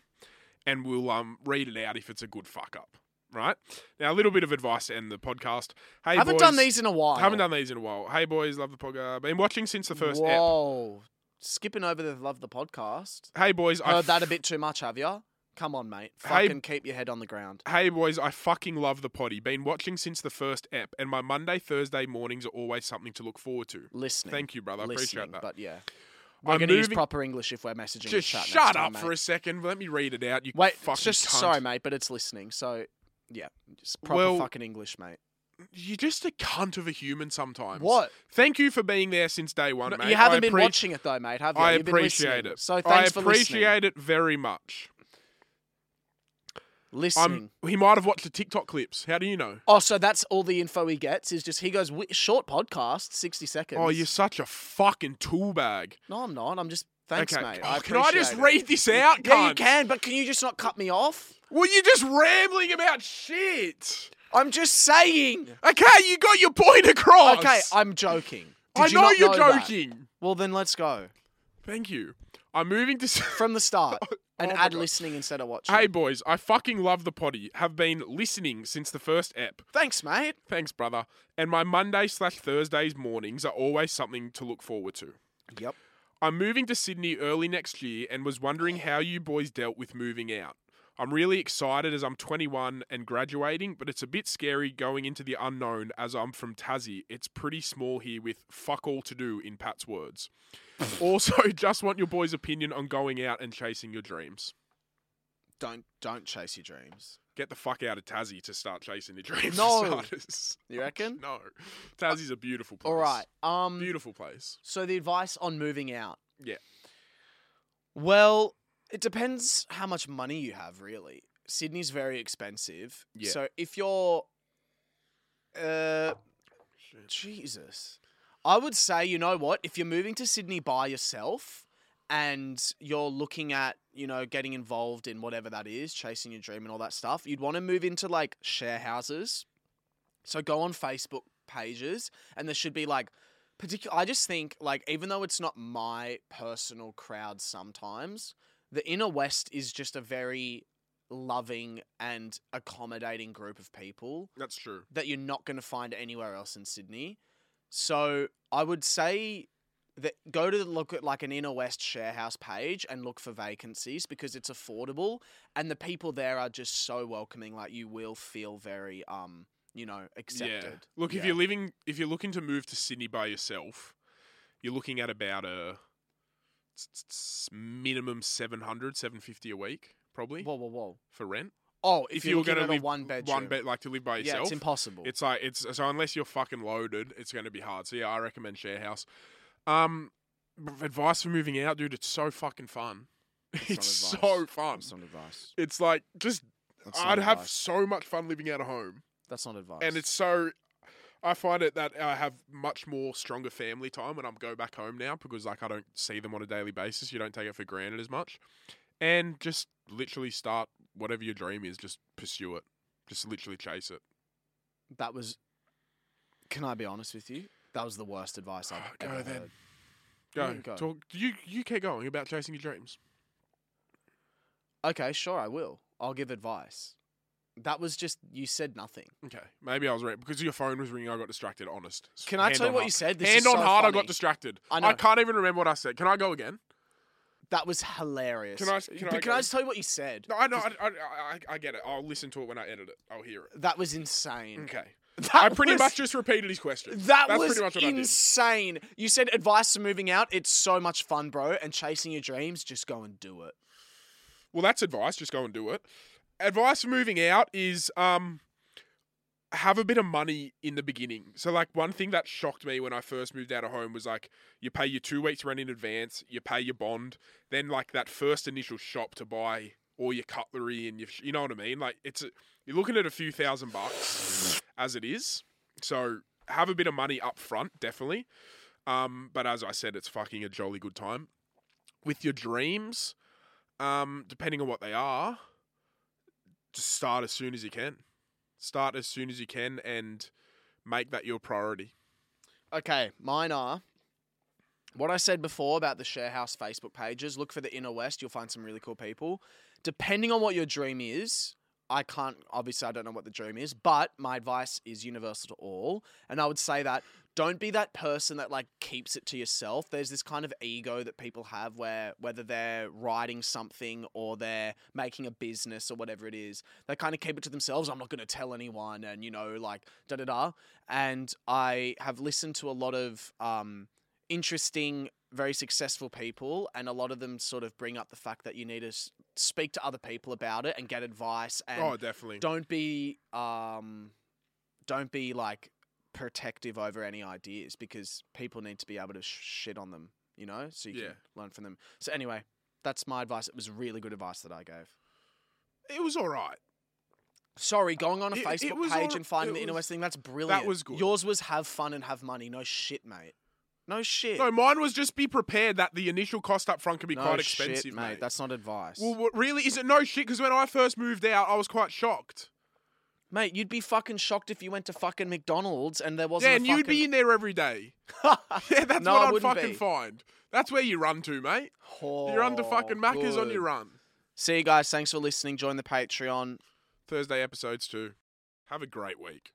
S2: and we'll um, read it out if it's a good fuck up. Right. Now a little bit of advice to end the podcast. Hey,
S1: haven't
S2: boys,
S1: done these in a while.
S2: Haven't done these in a while. Hey, boys, love the podcast. Been watching since the first ep.
S1: Whoa, skipping over the love the podcast.
S2: Hey, boys. I
S1: Heard that a
S2: f-
S1: bit too much, have you? Come on, mate.
S2: Hey-
S1: Fucking keep your head on the ground.
S2: Hey boys, I fucking love the potty. Been watching since the first ep, and my Monday, Thursday mornings are always something to look forward to.
S1: Listening.
S2: Thank you, brother. I
S1: Listening,
S2: appreciate that.
S1: But yeah, we're
S2: I'm
S1: going to use
S2: moving-
S1: proper English if we're messaging.
S2: Just
S1: the chat
S2: shut
S1: next time,
S2: up for
S1: mate.
S2: a second. Let me read it out. You
S1: Wait,
S2: fucking
S1: just
S2: cunt.
S1: sorry, mate, but it's listening. So yeah, just proper
S2: Well-
S1: fucking English, mate.
S2: You're just a cunt of a human sometimes.
S1: What?
S2: Thank you for being there since day one,
S1: No,
S2: mate.
S1: you haven't
S2: I
S1: been
S2: appre-
S1: watching it though, mate, have you?
S2: I
S1: You've been
S2: appreciate
S1: listening.
S2: it.
S1: So thanks
S2: I
S1: for listening.
S2: appreciate it very much.
S1: listening.
S2: I'm, he might have watched the TikTok clips. How do you know?
S1: Oh, so that's all the info he gets is just he goes "Wi- short podcast, sixty seconds.
S2: Oh, you're such a fucking tool bag.
S1: No, I'm not. I'm just thanks,
S2: okay.
S1: mate.
S2: Oh,
S1: I
S2: can I just
S1: appreciate it.
S2: read this out,
S1: Yeah, you
S2: cunt?
S1: can, but can you just not cut me off?
S2: Well, you're just rambling about shit.
S1: I'm just saying.
S2: Okay, you got your point across.
S1: Okay, I'm joking. Did
S2: Oh, I
S1: you
S2: know
S1: not
S2: you're
S1: know that?
S2: joking.
S1: Well, then let's go
S2: Thank you. I'm moving to. s-
S1: from the start and
S2: my
S1: add
S2: God.
S1: listening instead of watching.
S2: hey, boys, I fucking love the potty. Have been listening since the first ep.
S1: thanks, mate.
S2: Thanks, brother. And my Monday slash Thursdays mornings are always something to look forward to.
S1: Yep.
S2: I'm moving to Sydney early next year and was wondering how you boys dealt with moving out. I'm really excited as I'm 21 and graduating, but it's a bit scary going into the unknown as I'm from Tassie. It's pretty small here with fuck all to do, in Pat's words. also, just want your boys' opinion on going out and chasing your dreams.
S1: Don't don't chase your dreams.
S2: Get the fuck out of Tassie to start chasing your dreams.
S1: No.
S2: for starters.
S1: You reckon?
S2: No. Tassie's a beautiful place.
S1: All right. Um.
S2: Beautiful place.
S1: So the advice on moving out.
S2: Yeah.
S1: Well, it depends how much money you have, really. Sydney's very expensive.
S2: Yeah.
S1: So if you're, uh, Jesus, I would say you know what? If you're moving to Sydney by yourself and you're looking at you know getting involved in whatever that is, chasing your dream and all that stuff, you'd want to move into like share houses. So go on Facebook pages, and there should be like particular I just think like even though it's not my personal crowd sometimes, the inner west is just a very loving and accommodating group of people
S2: That's true.
S1: that you're not going to find anywhere else in Sydney. So I would say that go to look at like an inner west share house page and look for vacancies because it's affordable and the people there are just so welcoming like you will feel very um you know accepted
S2: Yeah. Look, if
S1: Yeah.
S2: you're living, if you're looking to move to Sydney by yourself, you're looking at about a s- s- s- minimum 700, 750 a week, probably
S1: whoa whoa whoa
S2: for rent.
S1: Oh, if,
S2: If
S1: you're,
S2: you were
S1: going
S2: gonna
S1: to live
S2: live
S1: one bedroom,
S2: One bed, like to live by
S1: yeah,
S2: yourself.
S1: it's impossible.
S2: It's like it's so unless you're fucking loaded, it's going to be hard. So yeah, I recommend share house. Um, b- advice for moving out, dude. It's so fucking fun. It's,
S1: not
S2: so
S1: advice.
S2: fun.
S1: not advice.
S2: It's like just
S1: That's not
S2: I'd have
S1: advice.
S2: so much fun living out of home.
S1: That's not advice.
S2: and it's so I find it that I have much more stronger family time when I'm go back home now because like I don't see them on a daily basis. You don't take it for granted as much, and just literally start whatever your dream is. Just pursue it. Just literally chase it.
S1: that was. Can I be honest with you? That was the worst advice I've
S2: Oh, Go
S1: ever
S2: then.
S1: heard.
S2: Go.
S1: Yeah, go.
S2: Talk. You you keep going about chasing your dreams.
S1: Okay, sure, I will. I'll give advice. That was just you said nothing.
S2: Okay. Maybe I was right because your phone was ringing. I got distracted. Honest. S-
S1: Can I
S2: hand
S1: tell you
S2: on
S1: what
S2: heart.
S1: you said? This
S2: Hand
S1: is
S2: on
S1: so
S2: heart, I
S1: funny.
S2: got distracted.
S1: I know.
S2: can't even remember what I said. Can I go again?
S1: That was hilarious.
S2: Can I- can I
S1: But can I
S2: go?
S1: just tell you what you said?
S2: No, I know. I, I, I, I get it. I'll listen to it when I edit it. I'll hear it.
S1: That was insane.
S2: Okay.
S1: Mm. That
S2: Mm. I pretty
S1: was-
S2: much just repeated his question.
S1: That
S2: That's
S1: was
S2: pretty much what
S1: insane. You said advice for moving out. It's so much fun, bro. And chasing your dreams, just go and do it.
S2: I did. Well, that's advice. Just go and do it. Advice for moving out is um, have a bit of money in the beginning. So, like, one thing that shocked me when I first moved out of home was like, you pay your two weeks' rent in advance, you pay your bond, then, like, that first initial shop to buy all your cutlery and your, sh- you know what I mean? Like, it's, a, you're looking at a few thousand bucks as it is. So, have a bit of money up front, definitely. Um, but as I said, it's fucking a jolly good time. With your dreams, um, depending on what they are, just start as soon as you can. Start as soon as you can and make that your priority.
S1: Okay, mine are what I said before about the sharehouse Facebook pages. Look for the inner west; you'll find some really cool people. Depending on what your dream is, I can't obviously I don't know what the dream is, but my advice is universal to all, and I would say that don't be that person that like keeps it to yourself. There's this kind of ego that people have where whether they're writing something or they're making a business or whatever it is, they kind of keep it to themselves. I'm not going to tell anyone, and you know, like da da da and I have listened to a lot of um, interesting, very successful people, and a lot of them sort of bring up the fact that you need to s- speak to other people about it and get advice, and
S2: oh, definitely.
S1: don't be, um, don't be like protective over any ideas because people need to be able to sh- shit on them, you know, so you
S2: Yeah.
S1: can learn from them. So anyway, that's my advice. It was really good advice that I gave.
S2: It was all right.
S1: Sorry, going on a
S2: It- it
S1: Facebook
S2: was
S1: page
S2: all-
S1: and finding
S2: it
S1: the inner
S2: was-
S1: west thing, that's brilliant.
S2: was good.
S1: Yours was have fun and have money. No shit, mate. No shit.
S2: No, mine was just be prepared that the initial cost up front can be
S1: No
S2: quite
S1: shit,
S2: expensive,
S1: mate. That's not advice.
S2: well, what really is it? No shit, because when I first moved out, I was quite shocked.
S1: mate, you'd be fucking shocked if you went to fucking McDonald's and there wasn't
S2: Yeah,
S1: a
S2: and you'd be
S1: fucking-
S2: in there every day. Yeah, that's
S1: No, I
S2: what I'd
S1: wouldn't
S2: fucking
S1: be.
S2: find. That's where you run to, mate.
S1: Oh,
S2: you run to fucking Macca's on your
S1: good.
S2: run.
S1: See you guys. Thanks for listening. Join the Patreon.
S2: Thursday episodes too. Have a great week.